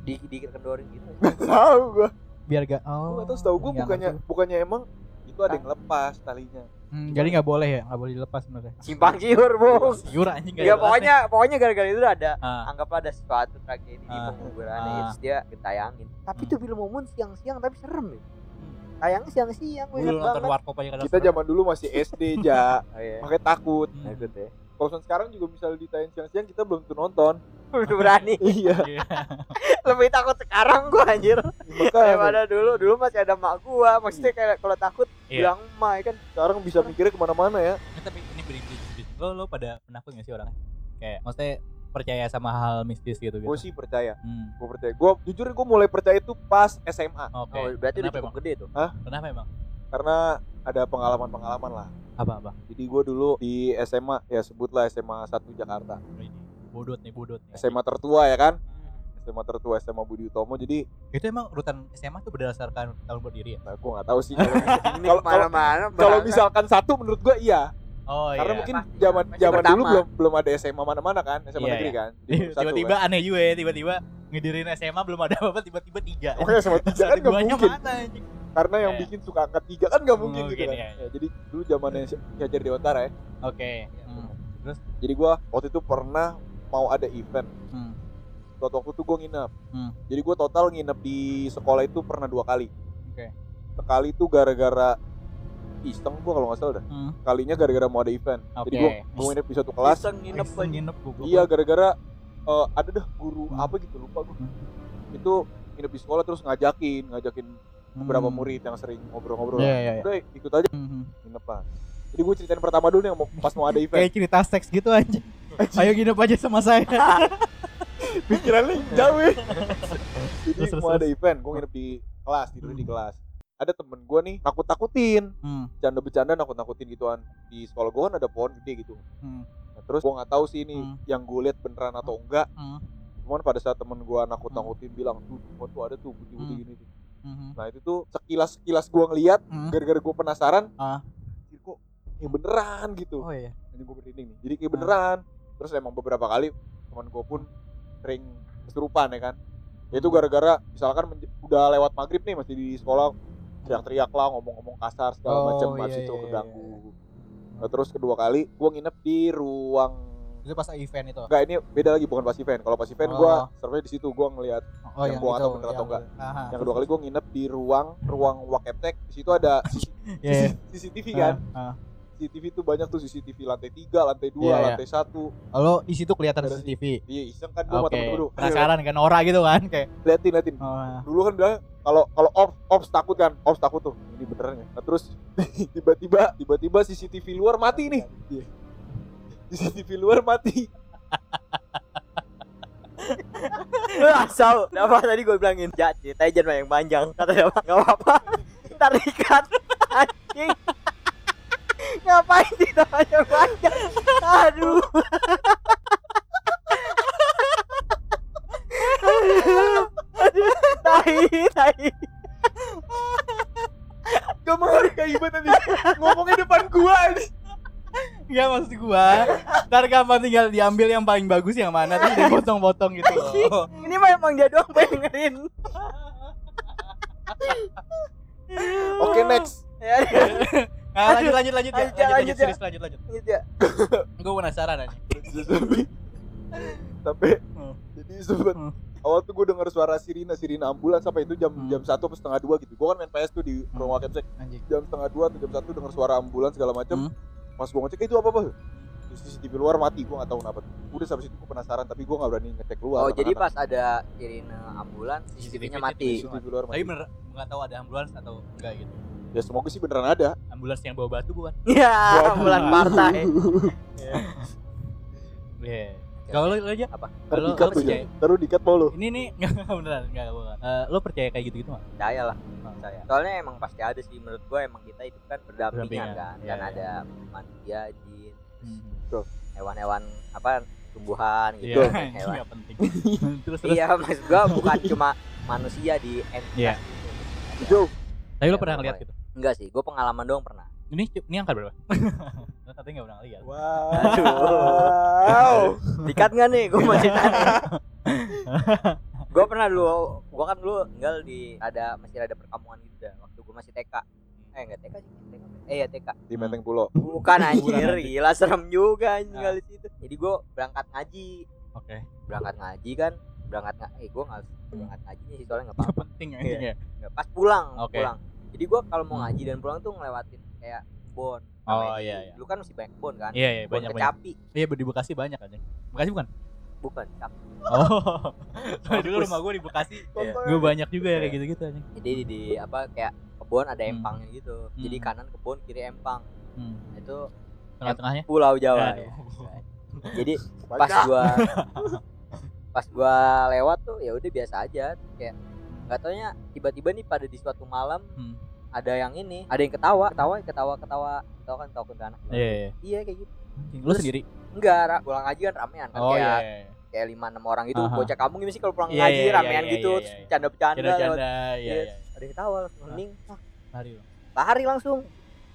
S2: di dikendorin gitu *laughs*
S4: Tahu gua.
S3: Biar gak. Oh.
S4: Gua tahu setahu gua
S3: nggak
S4: bukannya
S3: ngerti.
S4: bukannya emang itu ada yang lepas talinya.
S3: Hmm, jadi nggak boleh ya? Nggak boleh dilepas sebenarnya.
S2: simpang siur bung
S3: Siur anjing nggak
S2: ya
S3: jelas
S2: pokoknya pokoknya gara-gara itu ada
S3: nih. Ah,
S2: anggaplah ada suatu tragedi di
S3: Ah.
S2: penguburan
S3: Ah.
S2: ya, terus dia ditayangin tapi
S3: Hmm.
S2: tuh film momen siang-siang tapi serem ya tayang siang-siang gue
S3: Gue
S2: ingat
S3: nonton
S2: banget
S3: warkop aja kadang.
S4: Kita zaman dulu masih
S2: *laughs*
S4: SD ja,
S2: oh, iya.
S4: makanya takut.
S3: Hmm.
S2: Takut ya.
S4: Kalau sekarang juga misalnya ditayang siang-siang kita belum tentu nonton. *laughs*
S2: Udah berani
S4: Iya,
S3: Iya.
S2: lebih takut sekarang gua anjir
S4: makanya
S2: daripada dulu dulu masih ada mak gua maksudnya
S4: Hmm.
S2: kayak kalau takut
S3: Iya.
S2: bilang emak ya kan
S4: sekarang bisa mikirnya kemana-mana ya.
S3: Eh, tapi ini beri- beri- lo lo pada penakut gak sih orangnya? Kayak maksudnya percaya sama hal mistis gitu gitu.
S4: Gue sih percaya,
S3: Hmm.
S4: gue percaya. Gue jujur gue mulai percaya itu pas SMA
S3: Oke.
S2: oh, berarti udah
S3: Kenapa
S2: cukup
S3: emang?
S2: gede tuh
S3: Kenapa emang?
S4: karena ada pengalaman-pengalaman lah.
S3: Apa apa?
S4: Jadi gue dulu di SMA ya sebutlah SMA 1 Jakarta.
S3: Oh, Ini bodot nih bodot. Nih.
S4: SMA tertua ya kan? SMA tertua SMA Budi Utomo. Jadi
S3: Itu emang urutan SMA tuh berdasarkan tahun berdiri ya?
S4: nah, gue nggak tahu sih.
S2: ini
S4: Kalau-
S2: kemana-mana
S4: Kalau
S2: berangkat.
S4: misalkan satu menurut gue iya.
S3: Oh
S4: karena
S3: iya.
S4: mungkin
S2: Pasti.
S4: zaman
S2: Masih
S4: zaman dulu
S2: pertama.
S4: belum belum ada SMA mana-mana kan, SMA
S3: Iya,
S4: negeri kan. Jadi satu
S3: *laughs* tiba-tiba
S4: kan.
S3: aneh juga ya, tiba-tiba ngedirin SMA belum ada apa tiba-tiba tiga.
S4: Makanya
S3: *laughs*
S4: SMA tiga kan nggak
S3: Duanya
S4: mungkin.
S3: mana anjing?
S4: Karena yang
S3: Iya.
S4: bikin suka angkat tiga kan nggak mungkin, gitu
S3: Mungkin,
S4: kan.
S3: iya.
S4: Ya, jadi dulu zamannya ngajar Dewantara ya.
S3: Oke. Hmm.
S4: Jadi gue waktu itu pernah mau ada event.
S3: Hmm.
S4: Suatu waktu tuh gue nginep.
S3: Hmm.
S4: Jadi gue total nginep di sekolah itu pernah dua kali.
S3: Oke.
S4: Sekali tuh gara-gara iseng gue kalau nggak salah dah.
S3: Hmm.
S4: Kalinya gara-gara mau ada event. Jadi gue
S3: Oke.
S4: gue nginep di satu kelas.
S2: Iseng nginep
S3: Iseng
S2: aja.
S3: nginep goblok.
S4: Iya gara-gara eh, ada dah guru
S3: Hmm.
S4: apa gitu lupa gue.
S3: Hmm.
S4: Itu nginep di sekolah terus ngajakin ngajakin
S3: Hmm.
S4: beberapa murid yang sering ngobrol-ngobrol.
S3: Iya iya iya.
S4: Udah ikut aja
S3: Mhm.
S4: nginep lah. Jadi gue ceritain pertama dulu nih yang mau- pas mau
S3: *laughs*
S4: ada event.
S3: Kayak cerita seks gitu anjing. Ayo nginep aja sama saya.
S4: Pikirannya jauh ya. Jadi
S3: Terus, terus,
S4: mau ada
S3: terus.
S4: event, gue nginep di kelas, tidur di kelas. Ada temen gue nih nakut-nakutin,
S3: Hmm.
S4: canda-bercanda nakut-nakutin gituan. Di sekolah gue kan ada pohon gede gitu.
S3: Hmm.
S4: Nah, terus gue nggak tahu sih ini
S3: Hmm.
S4: yang gue lihat beneran atau enggak.
S3: Hmm.
S4: Cuman pada saat temen gue nakut-nakutin bilang, tuh di pohon tuh ada tuh putih-putih
S3: Hmm.
S4: gini. tuh."
S3: Mhm.
S4: Nah itu tuh sekilas-sekilas gue ngeliat,
S3: Hmm.
S4: gara-gara gue penasaran,
S3: Ah.
S4: "Ih, kok kayak beneran gitu.
S3: Oh iya.
S4: Ini gue merinding nih. Jadi
S3: Nah.
S4: kayak beneran. Terus emang beberapa kali teman gue pun sering kesurupan ya kan. Itu gara-gara misalkan menje- udah lewat maghrib nih masih di sekolah teriak-teriak lah ngomong-ngong kasar segala
S3: Oh,
S4: macam
S3: iya,
S4: habis
S3: iya,
S4: itu
S3: iya,
S4: keganggu. Nah, terus kedua kali gue nginep di ruang
S3: Itu pas event itu.
S4: Enggak ini beda lagi bukan pas event. Kalau pas event gue survei di situ gue ngelihat.
S3: Oh
S4: Yang gua nggak tahu bener atau enggak. Yang kedua kali gue nginep di ruang ruang wakeptek. Di situ ada *laughs*
S3: Iya.
S4: CCTV kan.
S3: iya. Ah, ah.
S4: CCTV tuh banyak tuh CCTV lantai 3, lantai 2,
S3: Iya, iya.
S4: lantai 1.
S3: Lo di situ kelihatan
S4: Ada
S3: CCTV.
S4: Iya iseng kan gue sama
S3: Oke.
S4: temen gue dulu.
S3: Penasaran kan ora gitu kan kayak.
S4: Liatin liatin.
S3: Oh.
S4: Dulu kan bilang kalau kalau ops ops takut kan, ops takut tuh. Ini beneran ya. Nah, terus *laughs* tiba-tiba tiba-tiba CCTV luar mati nih.
S3: Iya.
S4: CCTV luar mati.
S5: *laughs* Asal Apa tadi gue bilangin Ya ceritanya jangan yang panjang Kata dia Gak apa-apa *laughs* Ntar dikat Anjing *laughs* Ngapain ceritanya yang panjang Aduh *laughs* Aduh Tai Tai
S4: Gak mau ada kaiban tadi. Ngomongnya depan gua nih.
S3: Enggak maksud gua. Ntar kapan tinggal diambil yang paling bagus yang mana terus dipotong-potong gitu loh.
S5: Ini mah emang dia doang pengen dengerin
S4: Oke next.
S5: Ya
S3: Nah, lanjut lanjut lanjut ya.
S5: Lanjut, lanjut,
S3: Lanjut lanjut
S5: ya.
S3: serius, lanjut lanjut.
S5: Gitu ya
S3: Gua penasaran aja.
S4: Tapi tapi
S3: Hmm.
S4: jadi sempet
S3: Hmm.
S4: awal tuh gue denger suara sirine sirine ambulans sampai itu jam
S3: Hmm.
S4: jam satu atau setengah dua gitu gue kan main PS tuh di
S3: Hmm.
S4: rumah Kemsek
S3: Anjing.
S4: jam setengah dua atau jam satu denger suara ambulans segala macam
S3: Hmm.
S4: pas gue ngecek "Eh, itu apa apa terus CCTV luar mati gue nggak tahu kenapa udah sampai situ gue penasaran tapi gue nggak berani ngecek luar
S2: oh jadi
S4: anak-anak.
S2: pas ada sirine ambulan CCTV-nya
S3: CCTV-nya
S2: mati
S3: tiba-tiba.
S4: CCTV luar
S3: Tapi
S4: mati
S3: bener nggak tahu ada ambulans atau enggak gitu.
S4: ya semoga sih beneran ada
S3: Ambulans yang bawa batu bukan?
S5: Ya Bulan partai
S3: Iya. Kalau lo, lo aja
S2: Apa?
S4: Ntar
S3: Kalau
S4: dikat
S3: lo
S4: tuh
S3: percaya.
S4: Jan. Ntar lu dikat mau lu
S3: Ini *laughs* nih enggak beneran enggak bukan. Eh, lo percaya kayak gitu-gitu enggak?
S2: percaya lah
S3: Percaya.
S2: soalnya emang pasti ada sih menurut gua emang kita hidup kan berdampingan
S3: Berdampingan,
S2: kan
S3: iya,
S2: dan
S3: iya.
S2: ada manusia jin
S3: Hmm.
S2: hewan-hewan apa tumbuhan gitu
S3: Iya,
S2: kayak
S3: *laughs* ini
S2: hewan
S3: enggak
S2: *laughs*
S3: penting. terus terus.
S2: iya maksud gua bukan cuma manusia di
S3: Iya.
S2: entitas
S4: Jauh
S2: gitu.
S3: Tapi lo
S2: Iya,
S3: pernah
S2: pokoknya.
S3: ngeliat gitu?
S2: enggak sih gua pengalaman doang pernah
S3: Ini ini angka berapa? *laughs* Lo katanya enggak pernah ngeliat.
S4: Wow
S2: Dikat nggak nih? Gue mau
S3: Iya.
S2: cerita.
S3: *laughs*
S2: gue pernah dulu, gue kan dulu tinggal di ada masih ada perkampungan gitu dah. Waktu gue masih TK.
S3: Hmm.
S2: Eh enggak TK sih, TK. Eh ya TK.
S4: Di Menteng Pulau
S2: Bukan anjir,
S3: anjir.
S2: gila serem juga anjing
S3: Ah.
S2: kali situ. Jadi gue berangkat ngaji,
S3: Oke.
S2: berangkat ngaji kan, berangkat ngaji. Eh gue nggak berangkat ngajinya sih soalnya nggak
S3: Enggak
S2: apa-apa.
S3: penting anjing ya.
S2: Nggak, Pas pulang,
S3: Oke. Hmm.
S2: pulang. Jadi gue kalau mau ngaji dan pulang tuh ngelewatin kayak bon.
S3: Oh,
S2: Namanya
S3: iya,
S2: di-
S3: iya.
S2: Dulu kan masih banyak bon kan.
S3: Iya, iya,
S2: Bon
S3: banyak banyak.
S2: kecapi,
S3: Iya, di Bekasi banyak anjing. Bekasi bukan?
S2: bukan capi.
S3: Oh. *laughs* Soalnya dulu rumah gue di Bekasi.
S2: Iya.
S3: Gue banyak juga ya kayak gitu-gitu anjing.
S2: jadi di, di apa kayak kebun ada
S3: Hmm.
S2: empangnya gitu jadi
S3: Hmm.
S2: kanan kebun kiri empang
S3: Hmm.
S2: itu
S3: Tengah-tengahnya.
S2: pulau jawa
S3: Aduh.
S2: ya. jadi pas
S4: Banyak.
S2: gua pas gua lewat tuh ya udah biasa aja kayak nggak taunya tiba-tiba nih pada di suatu malam
S3: Hmm.
S2: ada yang ini ada yang ketawa ketawa ketawa ketawa ketawa kan ketawa kuntilanak
S3: Iya, iya, iya.
S2: iya kayak gitu
S3: Anjing, Lo
S2: Terus-
S3: sendiri.
S2: enggak ra- pulang ngaji kan ramean kan
S3: Oh
S2: kayak
S3: iya. iya.
S2: kayak lima enam orang gitu
S3: Aha.
S2: bocah kampung gimana sih kalau pulang
S3: Iya,
S2: ngaji
S3: iya, iya,
S2: ramean
S3: iya,
S2: gitu
S3: iya,
S2: terus
S3: iya.
S2: canda-bercanda lewat
S3: Canda-canda. Iya,
S2: Iya.
S3: iya.
S2: ada yang ketawa langsung mending
S3: Lari lo.
S2: lari langsung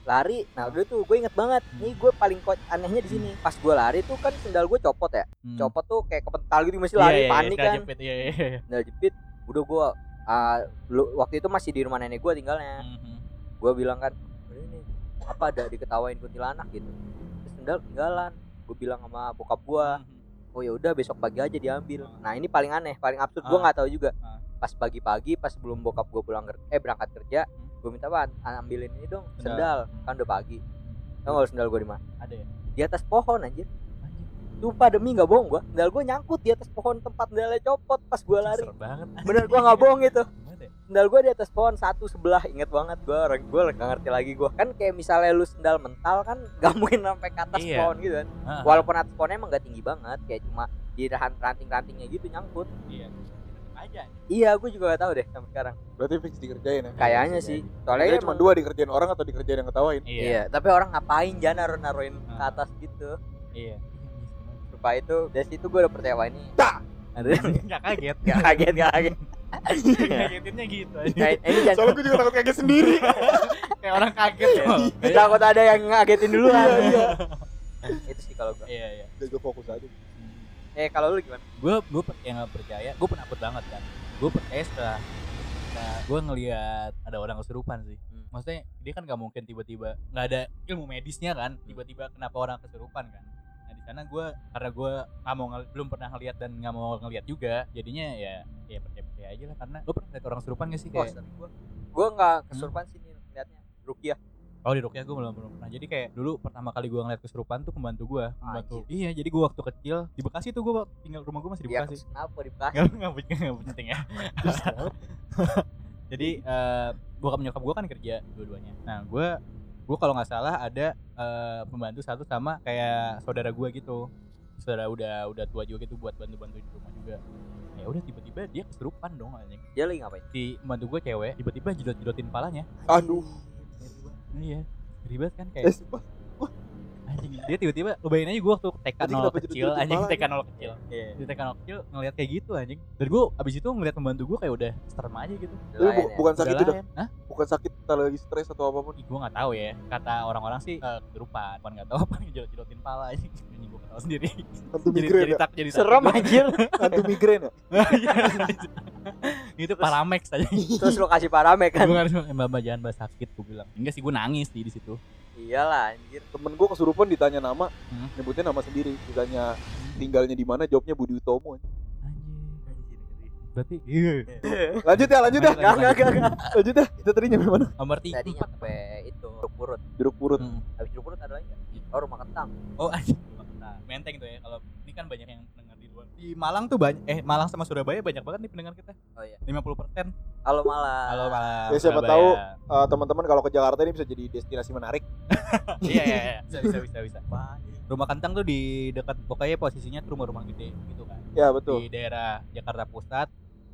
S2: lari nah udah tuh gue inget banget
S3: Hmm.
S2: ini gue paling ko- anehnya di sini pas gue lari tuh kan sendal gue copot ya
S3: Hmm.
S2: copot tuh kayak kepental gitu masih
S3: Iya,
S2: lari
S3: iya, iya,
S2: panik
S3: setelah
S2: kan
S3: jepit, Iya, iya,
S2: *laughs*
S3: iya.
S2: sendal jepit udah gue ah, lu- waktu itu masih di rumah nenek gue tinggalnya
S3: Mhm.
S2: gue bilang kan ini apa ada diketawain kuntilanak gitu Terus sendal ketinggalan gue bilang sama bokap gue oh ya udah besok pagi aja diambil nah ini paling aneh paling absurd gue
S3: Ah.
S2: nggak tahu juga
S3: Ah.
S2: pas pagi-pagi pas sebelum bokap gue pulang ker- eh berangkat kerja
S3: Hmm.
S2: gue minta "Wan, ambilin ini dong
S3: Sendal.
S2: sendal
S3: Hmm.
S2: kan udah pagi tau gak lu sendal gue di mana
S3: Ada ya.
S2: di atas pohon anjir Sumpah demi nggak bohong gue Sendal gue nyangkut di atas pohon tempat sendalnya copot pas gue lari
S3: Serem banget.
S2: Bener gue nggak bohong itu
S3: Gimana ya?
S2: Sendal gue di atas pohon satu sebelah Ingat banget gue orang gue nggak ngerti lagi gue Kan kayak misalnya lu sendal mental kan *laughs* Gak mungkin sampai ke atas
S3: Iya.
S2: pohon gitu kan
S3: Ah,
S2: Walaupun atas pohonnya emang gak tinggi banget Kayak cuma di rahan- ranting-rantingnya gitu nyangkut
S3: iya. Tetep aja. anjing.
S2: Iya gue juga gak tahu deh sampai sekarang
S3: Iya
S4: Berarti fix dikerjain ya
S2: Kayaknya sih Soalnya
S4: Kayaknya cuma dua dikerjain orang atau dikerjain yang ketawain
S3: Iya.
S2: Iya tapi orang ngapain jangan naruh-naruhin ke
S3: Ah.
S2: atas gitu *laughs*
S3: Iya.
S2: Rupa itu dari situ gue udah percaya wah ini *laughs*
S3: Enggak kaget.
S2: Gak kaget gak
S3: *laughs*
S2: kaget Iya.
S3: Kagetinnya gitu anjing.
S2: Nah, ini jangan
S4: Soalnya gue juga takut kaget *laughs* sendiri
S3: Kayak orang
S2: *laughs*
S3: kaget loh.
S2: Kita takut ada yang ngagetin dulu kan.
S4: Iya,
S2: Itu sih kalau gua.
S3: Iya, Hmm. iya.
S4: Jaga fokus aja
S2: Eh kalau lu gimana?
S3: gue gue yang nggak percaya gue penakut banget kan gue percaya setelah nah, gue ngelihat ada orang kesurupan sih
S2: Hmm.
S3: maksudnya dia kan nggak mungkin tiba-tiba nggak ada ilmu medisnya kan tiba-tiba kenapa orang kesurupan kan nah di sana gue karena gue nggak mau ngel- belum pernah ngelihat dan nggak mau ngelihat juga jadinya ya ya percaya percaya aja lah karena lo pernah lihat orang kesurupan gak sih
S2: Gua
S3: kayak
S2: gua. Gua enggak
S3: Hmm.
S2: kesurupan sih nih liatnya. Rukiah.
S3: Oh di Rukia gue belum belum pernah. Jadi kayak dulu pertama kali gue ngeliat kesurupan tuh pembantu gue. Pembantu. Iya jadi gue waktu kecil di Bekasi tuh gue tinggal rumah gue masih di
S2: Dia
S3: Bekasi.
S2: kenapa di Bekasi?
S3: Gak nggak penting nggak penting ya. *laughs* Jadi eh bokap nyokap gue kan kerja dua-duanya. Nah gue gue kalau nggak salah ada eh, pembantu satu sama kayak saudara gue gitu. Saudara udah udah tua juga gitu buat bantu-bantu di rumah juga. Nah, Ya udah tiba-tiba dia kesurupan dong anjing.
S2: Dia lagi ngapain?
S3: Si pembantu gue cewek tiba-tiba jedot-jedotin palanya.
S4: Aduh
S3: Iya. Ribet kan
S4: Eh
S3: kayak
S4: sumpah
S3: anjing dia tiba-tiba lu bayangin aja gue waktu TK
S4: Anjing,
S3: nol
S4: kenapa
S3: kecil
S4: jedot-jedotin
S3: anjing
S4: palanya?
S3: TK nol kecil
S2: Iya.
S3: di tekan kecil ngelihat kayak gitu anjing dan gue abis itu ngelihat pembantu gue kayak udah serem aja gitu
S4: Tapi bu-
S2: ya.
S4: bukan sakit
S3: Udah
S4: itu dah
S3: lain. Hah?
S4: Bukan sakit kita lagi stres atau apapun
S3: Ih, gue nggak tahu ya kata orang-orang sih eh, kesurupan kan nggak tahu apa jauh jodotin pala *laughs* anjing anjing gue tahu sendiri
S4: Hantu
S3: jadi
S4: migrain
S3: jadi
S4: ya
S3: tak jadi tak.
S2: Serem *laughs*
S3: *laughs*
S2: anjir.
S4: Hantu migrain ya
S3: itu paramex aja
S4: Iya.
S2: Terus lu kasih parame kan?
S3: gue harus mbak mbak Eh, jangan bahas sakit gue bilang enggak sih gue nangis di di situ
S2: Iyalah anjir.
S4: Temen gue kesurupan ditanya nama
S3: Hmm.
S4: Nyebutnya nama sendiri Ditanya tinggalnya di mana jawabnya Budi Utomo
S3: anjing
S2: Anjir, ngeri.
S3: berarti iya
S4: Lanjut ya lanjut ya
S2: Enggak enggak enggak.
S4: Lanjut ya Kita tadi nyampe mana
S3: nomor tiga
S2: Tadi nyampe itu jeruk purut.
S4: Jeruk purut
S3: Hmm.
S2: Habis jeruk purut ada lagi nggak? Oh rumah kentang.
S3: oh anjing menteng tuh ya kalau ini kan banyak yang dengar di luar di Malang tuh banyak eh Malang sama Surabaya banyak banget nih pendengar kita.
S2: Oh, iya.
S3: 50%.
S2: Halo malah.
S3: Halo Malang.
S4: Ya, siapa
S3: Surabaya.
S4: tahu. Eh, teman-teman kalau ke Jakarta ini bisa jadi destinasi menarik.
S3: Iya iya iya. Bisa bisa bisa bisa. Rumah Kentang tuh di dekat pokoknya posisinya tuh rumah-rumah gede gitu kan.
S4: Ya betul.
S3: Di daerah Jakarta Pusat,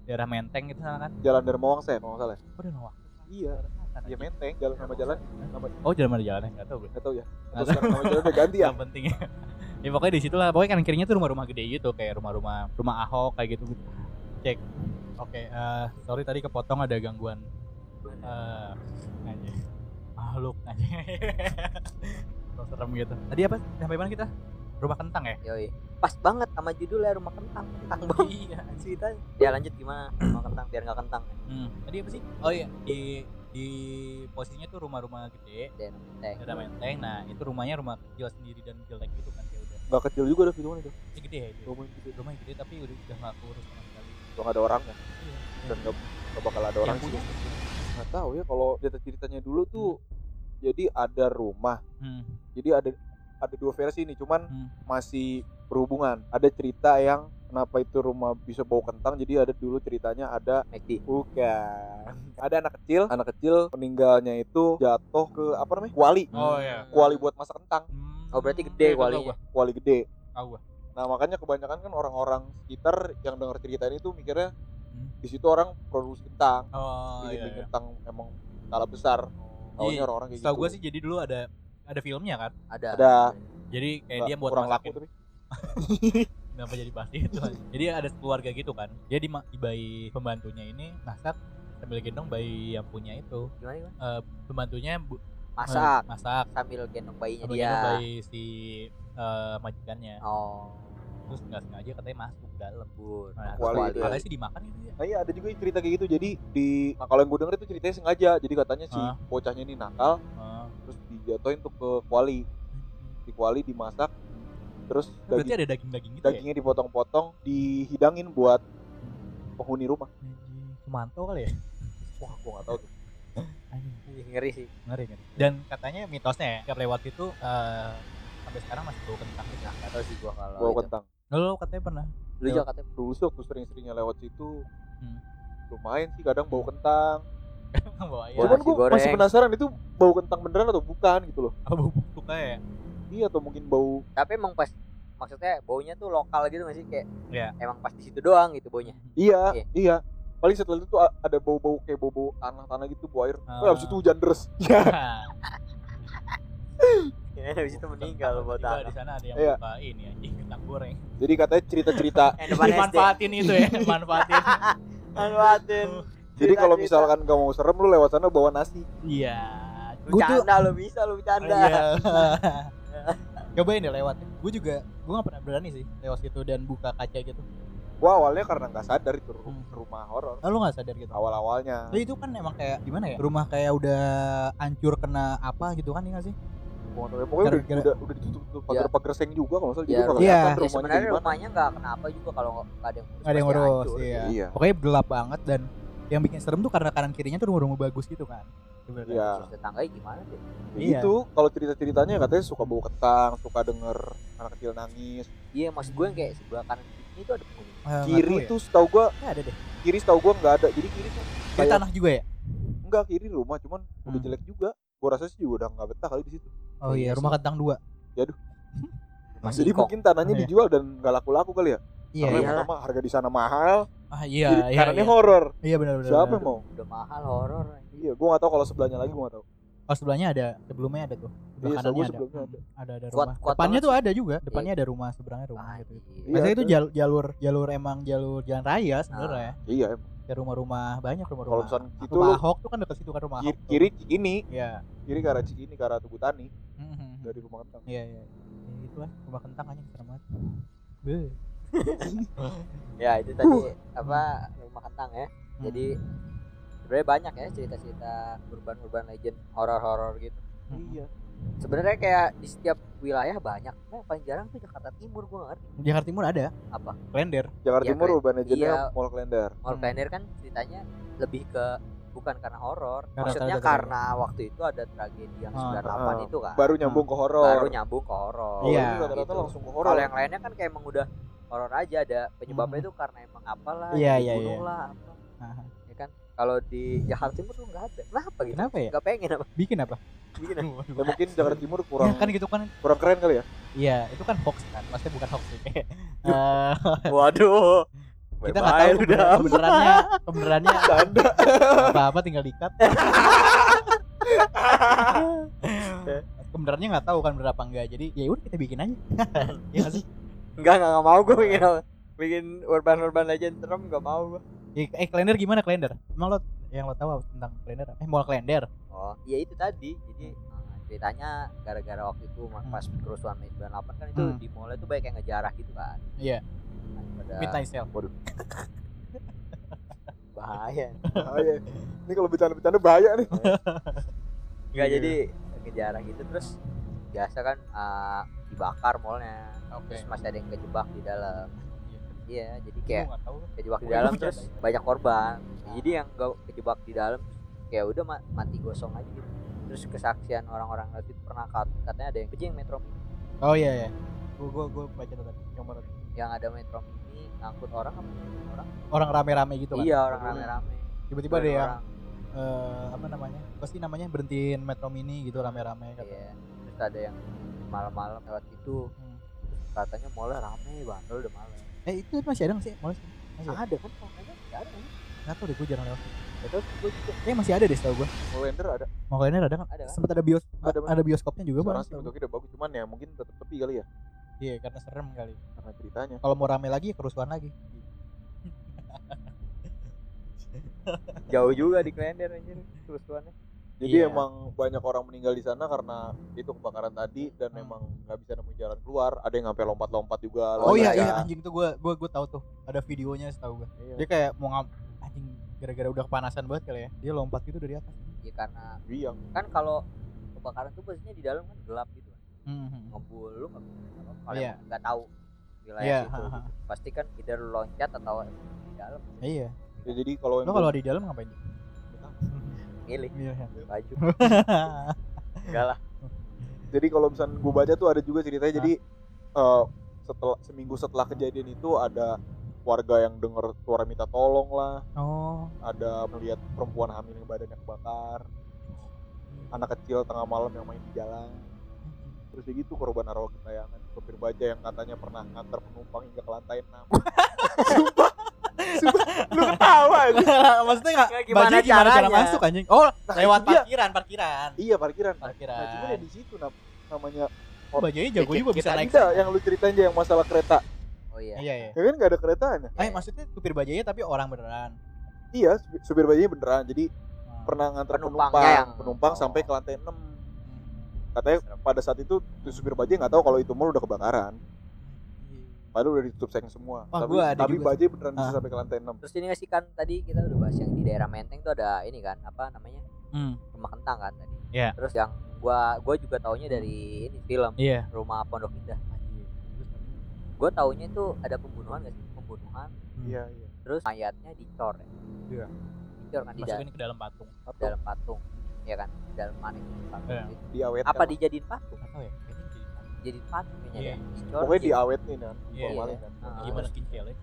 S3: daerah Menteng gitu sana kan.
S4: Jalan Darmawangsa ya kalau nggak salah.
S3: Oh, udah nolak.
S4: Iya. Iya menteng. Jalan nama jalan nama
S3: Oh, jalan mana jalannya? Enggak tahu gue.
S4: nggak tahu ya.
S3: Nggak
S4: Atau sekarang nama jalan udah ganti ya.
S3: yang penting *laughs* ya. ya pokoknya di situ lah pokoknya kanan kirinya tuh rumah-rumah gede gitu kayak rumah-rumah rumah Ahok kayak gitu gitu cek oke eh, sorry tadi kepotong ada gangguan eh aja makhluk aja *laughs* Terus serem gitu tadi apa sampai mana kita rumah kentang ya
S2: Yoi. Pas banget sama judulnya rumah kentang. Kentang banget
S3: iya
S2: ceritanya. Ya lanjut gimana? Rumah kentang biar nggak kentang.
S3: hmm, tadi apa sih oh iya di di posisinya tuh rumah-rumah gede
S2: Biar menteng.
S3: ada menteng nah itu rumahnya rumah kecil sendiri dan jelek gitu kan kayak udah
S4: Gak kecil juga dah hitungan itu.
S3: eh, gede ya itu
S4: Rumah gitu.
S3: rumah gede tapi udah udah nggak kurus sama sekali
S4: Kalau nggak ada orangnya
S3: Iya.
S4: dan nggak nggak bakal ada orang
S3: Yang
S4: Iya sih.
S3: punya?
S4: Nggak tahu ya kalau cerita ceritanya dulu tuh jadi ada rumah.
S3: Hmm.
S4: Jadi ada ada dua versi nih. Cuman
S3: Hmm.
S4: masih berhubungan. Ada cerita yang kenapa itu rumah bisa bau kentang. Jadi ada dulu ceritanya ada
S2: McD.
S4: bukan. *laughs* Ada anak kecil. Anak kecil meninggalnya itu jatuh ke apa namanya? Kuali.
S3: Oh iya.
S4: Kuali buat masak kentang.
S3: Hmm.
S2: Oh, berarti gede
S4: ya?
S3: Iya, tau
S2: kualinya.
S3: gua,
S4: Kuali gede.
S3: tau gua.
S4: Nah makanya kebanyakan kan orang-orang sekitar yang dengar cerita ini tuh mikirnya
S3: Hmm.
S4: di situ orang produksi kentang,
S3: Oh
S4: bikin
S3: iya. iya.
S4: kentang emang skala besar. Awalnya
S3: Iya,
S4: orang-orang kayak
S3: Setahu
S4: gitu.
S3: gua sih jadi dulu ada ada filmnya kan.
S2: Ada.
S4: Ada.
S3: Jadi kayak
S4: Nggak-
S3: dia buat
S4: kurang laku
S3: masakin.
S4: tapi
S3: Kenapa jadi pasti itu? *laughs* anjing? jadi ada keluarga gitu kan. Jadi ma- bayi pembantunya ini masak sambil gendong bayi yang punya itu
S2: Gimana gimana?
S3: pembantunya bu- eh,
S2: Masak
S3: masak
S2: sambil gendong
S4: Iya.
S2: bayinya
S3: Oh, iya. sambil
S2: dia.
S3: gendong bayi si eh, majikannya
S2: Oh.
S3: terus nggak sengaja katanya masuk dalam
S2: Lembur.
S3: nah,
S4: Kuali
S3: kuali,
S4: itu ya.
S3: sih dimakan gitu ya
S4: Nah iya ada juga cerita kayak gitu. Jadi di nah, kalau yang gue denger itu ceritanya sengaja. Jadi katanya si
S3: Hah?
S4: bocahnya ini nakal,
S3: Oh.
S4: terus dijatuhin tuh ke kuali. Di kuali dimasak, terus
S3: Nah, berarti
S4: daging-
S3: ada daging-daging gitu ya
S4: dagingnya dipotong-potong, dihidangin buat penghuni rumah.
S3: Anjing, Sumanto kali *laughs* ya
S4: Wah, gue gak tahu tuh.
S3: Anjing.
S2: Ih, Ngeri sih.
S3: ngeri ngeri dan katanya mitosnya ya tiap lewat itu eh, sampai sekarang masih bau kentang gitu
S2: Nggak tahu sih gua kalau.
S4: Bawa
S3: iya.
S2: itu.
S4: kentang.
S3: lo katanya pernah
S2: Lu juga katanya
S4: Dulu sih waktu sering-seringnya lewat situ,
S3: Iya. Hmm.
S4: lumayan sih kadang bau kentang.
S3: bawa ya
S2: Wah,
S4: Cuman
S2: nasi
S4: gue
S2: goreng.
S4: masih penasaran itu bau kentang beneran atau bukan gitu loh.
S3: bau busuk aja ya
S4: Iya atau mungkin bau
S2: tapi emang pas maksudnya baunya tuh lokal gitu masih kayak
S3: Iya.
S2: emang pas di situ doang gitu baunya
S4: iya
S2: Iya.
S4: iya. Paling setelah itu a- ada bau-bau kayak bau-bau tanah-tanah gitu, bau air.
S3: Ah.
S4: Wah, abis itu hujan *laughs* deres.
S2: ya habis itu meninggal buat tanah
S3: Tiba-tiba di sana ada yang
S4: Iya.
S3: buka ini anjing kentang goreng
S4: Jadi katanya cerita-cerita.
S2: Eh,
S3: *laughs*
S2: depan SD
S3: dimanfaatin itu ya manfaatin
S2: manfaatin
S4: Jadi kalau
S2: Cerita-cerita.
S4: misalkan gak mau serem lu lewat sana bawa nasi.
S3: iya gue tuh
S2: bercanda lo bisa lo bercanda
S3: Iya. *laughs* cobain deh lewat gue juga gue gak pernah berani sih lewat situ dan buka kaca gitu
S4: Gua awalnya karena nggak sadar itu ru-
S3: Hmm.
S4: rumah horor.
S3: ah, lo gak sadar gitu
S4: Awal-awalnya.
S3: Tapi itu kan emang kayak gimana ya rumah kayak udah hancur kena apa gitu kan ya gak sih
S4: Pokoknya ya, pokoknya udah,
S3: Gara-gara-
S4: udah, udah ditutup pagar-pagar seng juga kalau nggak salah. Jadi
S2: Ya,
S4: nggak
S3: iya.
S4: kelihatan
S2: ya
S4: rumahnya kayak
S2: sebenarnya
S4: gimana.
S2: rumahnya nggak kenapa juga kalau nggak nggak ada yang ngurus
S3: Gak ada yang
S2: pasti
S3: ngurus
S2: hancur.
S3: iya.
S4: Iya.
S3: pokoknya gelap banget dan yang bikin serem tuh karena kanan kirinya tuh rumah-rumah bagus gitu kan sebenarnya.
S4: Iya.
S2: Terus tetangganya gimana deh
S4: Ya
S3: Iya.
S4: Itu kalau cerita-ceritanya katanya suka bau kentang, suka denger anak kecil nangis.
S2: iya maksud gue yang kayak sebelah kanan ini tuh ada penghuni
S3: Eh, Nah, nggak
S4: Kiri
S3: tahu ya.
S4: tuh setahu gua,
S3: Kayaknya ada deh
S4: kiri setahu gua nggak ada. Jadi kiri tuh
S3: kiri
S4: kayak
S3: tanah juga ya
S4: enggak kiri rumah, cuman udah
S3: Hmm.
S4: jelek juga. Gua rasa sih juga udah nggak betah kali di situ.
S3: oh
S2: Iya
S3: iya rumah kentang dua
S2: masih
S4: Jadi mungkin tanahnya
S3: Iya.
S4: dijual dan nggak laku-laku kali ya.
S3: iya
S4: Karena
S3: iya
S4: yang pertama harga di sana mahal,
S3: ah iya
S4: kiri
S3: iya
S4: kanannya
S3: iya,
S4: horor.
S3: iya benar benar
S4: Siapa
S3: benar.
S4: yang mau?
S2: udah mahal horor
S4: Iya, gua nggak tahu kalau sebelahnya lagi gua nggak tahu.
S3: oh sebelahnya ada sebelumnya ada tuh sebelah
S4: Iya,
S3: kanannya
S4: setahu
S3: ada.
S4: gua sebelumnya ada.
S3: ada ada
S2: Kuat-
S3: rumah
S2: kuat
S3: depannya
S2: banget Iya.
S3: tuh ada juga depannya ada rumah seberangnya rumah
S2: Ah,
S3: gitu gitu
S2: iya.
S4: Iya,
S3: Maksudnya itu
S4: terus?
S3: jal- jalur jalur emang jalur jalan raya sebenarnya
S2: Ah.
S4: Iya, emang.
S3: ya rumah-rumah banyak
S4: kalau
S3: rumah-rumah
S4: misalkan itu
S3: rumah
S4: lu
S3: Ahok tuh kan dekat situ kan rumah
S4: kiri,
S3: Ahok tuh.
S4: kiri ini,
S3: iya
S4: kiri ke arah Cikini, ke arah Tugu Tani
S3: Mhm.
S4: dari rumah kentang.
S3: Iya iya. Ya, itu lah rumah kentang aja serem banget. Beuh.
S2: ya itu tadi apa rumah kentang ya jadi
S3: Hmm.
S2: sebenarnya banyak ya cerita-cerita urban-urban legend horor-horor gitu
S3: Hmm.
S4: Iya.
S2: sebenarnya kayak di setiap wilayah banyak nah, yang paling jarang tuh Jakarta Timur gue ngerti
S3: Jakarta Timur ada
S2: apa
S3: klender.
S4: Jakarta
S2: Iya,
S4: Timur
S2: keren.
S4: urban legendnya
S2: Iya.
S4: Mall Klender.
S2: Mall
S3: Hmm.
S2: Pioneer kan ceritanya lebih ke bukan karena horor
S3: Karena
S2: maksudnya
S3: ada
S2: karena waktu itu ada tragedi yang
S3: Ah.
S2: 98
S4: Ah.
S2: itu kan
S4: Baru nyambung ke horor.
S2: baru nyambung ke horor
S3: Iya.
S4: Kalau ini rata-rata
S2: gitu.
S4: langsung ke horor.
S2: kalau yang lainnya kan kayak emang udah horor aja ada penyebabnya itu karena emang apalah
S3: Hmm. Iya,
S2: dibunuh
S3: iya, iya.
S2: lah apa
S3: Aha.
S2: ya kan kalau di Jakarta Timur tuh nggak ada kenapa gitu
S3: Kenapa ya?
S2: nggak pengen
S3: *laughs*
S2: apa
S3: Bikin apa?
S2: bikin apa?
S3: Waduh.
S4: Ya mungkin Jakarta Timur
S3: Ya
S4: kurang
S3: kan gitu kan.
S4: kurang keren
S3: *laughs*
S4: kali ya.
S3: Iya, itu kan hoax kan. Maksudnya bukan hoax sih. Eh,
S5: Waduh.
S3: kita nggak
S5: udah.
S3: tahu kebenar-
S2: *laughs*
S3: kebenarannya kebenarannya apa apa tinggal dikat *laughs* kebenarannya nggak tahu kan bener apa enggak jadi ya udah kita bikin aja ya nggak sih
S5: Enggak, enggak, enggak mau gue bikin apa. Bikin urban-urban legend serem enggak mau gue.
S3: eh, eh, kalender gimana kalender emang lo yang lo tahu apa tentang kalender eh mau kalender
S2: oh
S3: iya
S2: ya itu tadi jadi eh, ceritanya gara-gara waktu itu emang pas kerusuhan Mei 98 kan itu
S3: Hmm.
S2: di mall itu banyak yang ngejarah gitu kan
S3: Iya.
S2: Nah, pada
S3: midnight sale
S2: bahaya
S4: Bahaya. Ah, iya. Ini kalau bercanda-bercanda bahaya nih.
S3: Iya.
S2: Enggak jadi ngejarah gitu terus biasa kan eh, dibakar mallnya
S3: oke
S2: terus masih ada yang kejebak di dalam iya jadi kayak
S3: nggak tahu
S2: kejebak di
S3: Pokoknya
S2: dalam
S3: bercanda
S2: terus
S3: ya.
S2: banyak korban jadi yang gak kejebak di dalam kayak udah ma- mati gosong aja gitu terus kesaksian orang-orang waktu itu pernah kat- katanya ada yang pejeng metro mini
S3: oh iya iya gua gua gua baca tuh tadi yang baru.
S2: yang ada metro mini ngangkut orang apa orang
S3: orang rame-rame gitu kan
S2: iya orang rame-rame
S3: tiba-tiba ada yang
S2: Orang,
S3: eh, apa namanya pasti namanya berhentiin metro mini gitu rame-rame kata.
S2: iya terus ada yang malam-malam lewat itu
S3: Hmm.
S2: katanya mulai rame bandel udah malam
S3: eh itu masih ada nggak sih Mall? Iya.
S2: ada kan pokoknya nggak ada
S3: nggak tahu deh gua jarang lewat
S2: terus gue juga
S3: kayaknya masih ada deh setahu gua
S4: Mulender ada.
S3: mau kalender ada kan
S2: Ada kan?
S3: sempat ada bios
S4: Ada, Mas.
S3: ada bioskopnya juga
S4: Sekarang
S3: bang
S4: sih bentuknya udah bagus cuman ya mungkin tetap tepi kali ya
S3: iya karena serem kali
S4: karena ceritanya.
S3: kalau mau rame lagi ya kerusuhan lagi
S2: jauh juga di kalender anjir kerusuhannya
S4: Jadi
S3: Iya.
S4: emang banyak orang meninggal di sana karena itu kebakaran tadi dan
S3: Hmm.
S4: emang nggak bisa nemuin jalan keluar. Ada yang sampai lompat-lompat juga. kan.
S2: Oh,
S3: Oh, iya
S2: iya.
S3: iya anjing tuh gua gua gua tahu tuh. Ada videonya setahu gua.
S4: Iya.
S3: Dia kayak mau ngam anjing gara-gara udah kepanasan banget kali ya. Dia lompat gitu dari atas.
S2: ya karena
S4: Biang.
S2: kan kalau kebakaran tuh posisinya di dalam kan gelap gitu kan
S3: Mhm.
S2: ngebul lu nggak bisa apa kalau
S3: Iya.
S2: emang nggak tahu wilayah
S3: Iya,
S2: situ
S3: ha-ha.
S2: gitu. pasti kan either lu loncat atau emang di dalam
S3: Iya.
S4: Ya, jadi kalau yang
S3: Lo kalau di dalam ngapain?
S2: milih
S3: Iya.
S2: *laughs* baju
S5: Enggak lah.
S4: jadi kalau misalnya gue baca tuh ada juga ceritanya jadi eh, setelah seminggu setelah kejadian itu ada warga yang dengar suara minta tolong lah
S3: Oh.
S4: ada melihat perempuan hamil yang badannya kebakar anak kecil tengah malam yang main di jalan terus kayak gitu korban arwah gentayangan sopir baja yang katanya pernah ngantar penumpang hingga ke lantai
S3: *laughs*
S4: 6
S3: *laughs* *laughs* Maksudnya enggak
S5: Nggak,
S3: gimana,
S5: gimana
S3: gimana cara
S5: caranya?
S3: masuk anjing? Oh,
S4: Nah,
S3: lewat
S4: itu dia.
S3: parkiran, parkiran.
S4: iya parkiran nah
S3: Parkiran.
S4: cuman ya di situ nah, namanya
S3: Oh, bajunya jago juga bisa naik.
S4: Ada yang lu ceritain aja yang masalah kereta
S2: oh iya
S3: Iya, iya.
S4: ya kan nggak ada keretanya
S3: Eh, maksudnya supir bajanya tapi orang beneran.
S4: iya sup- supir bajanya beneran jadi
S3: Hmm.
S4: pernah ngantar
S2: Penumpangnya
S4: penumpang
S2: yang-
S4: penumpang
S2: oh.
S4: sampai ke lantai 6 katanya pada saat itu tuh supir bajai nggak tahu kalau itu mall udah kebakaran padahal udah ditutup seng semua
S3: Wah,
S4: tapi
S3: gua ada
S4: tapi
S3: juga.
S4: bajai beneran bisa
S3: Ah.
S4: sampai ke lantai 6
S2: terus ini nggak sih kan tadi kita udah bahas yang di daerah Menteng tuh ada ini kan apa namanya
S3: Hmm.
S2: rumah kentang kan tadi
S3: Iya.
S2: terus yang gua gua juga taunya dari ini film
S3: Iya.
S2: rumah Pondok Indah gua taunya itu ada pembunuhan gak sih pembunuhan
S4: iya iya
S2: terus mayatnya dicor ya
S3: Iya.
S2: dicor kan di dalam,
S3: Masukin ke dalam patung.
S2: dalam patung ya kan di dalam manik patung
S3: Iya.
S2: gitu.
S4: diawetkan
S2: apa
S4: lah.
S2: dijadiin patung
S3: Atau ya? kayaknya jadi patung.
S2: jadi patung kayaknya
S3: Iya.
S2: ya dicor
S4: pokoknya
S2: jadi-
S4: diawetin kan
S3: Iya.
S4: formalin kan
S2: Ah.
S3: Gimana kincelnya?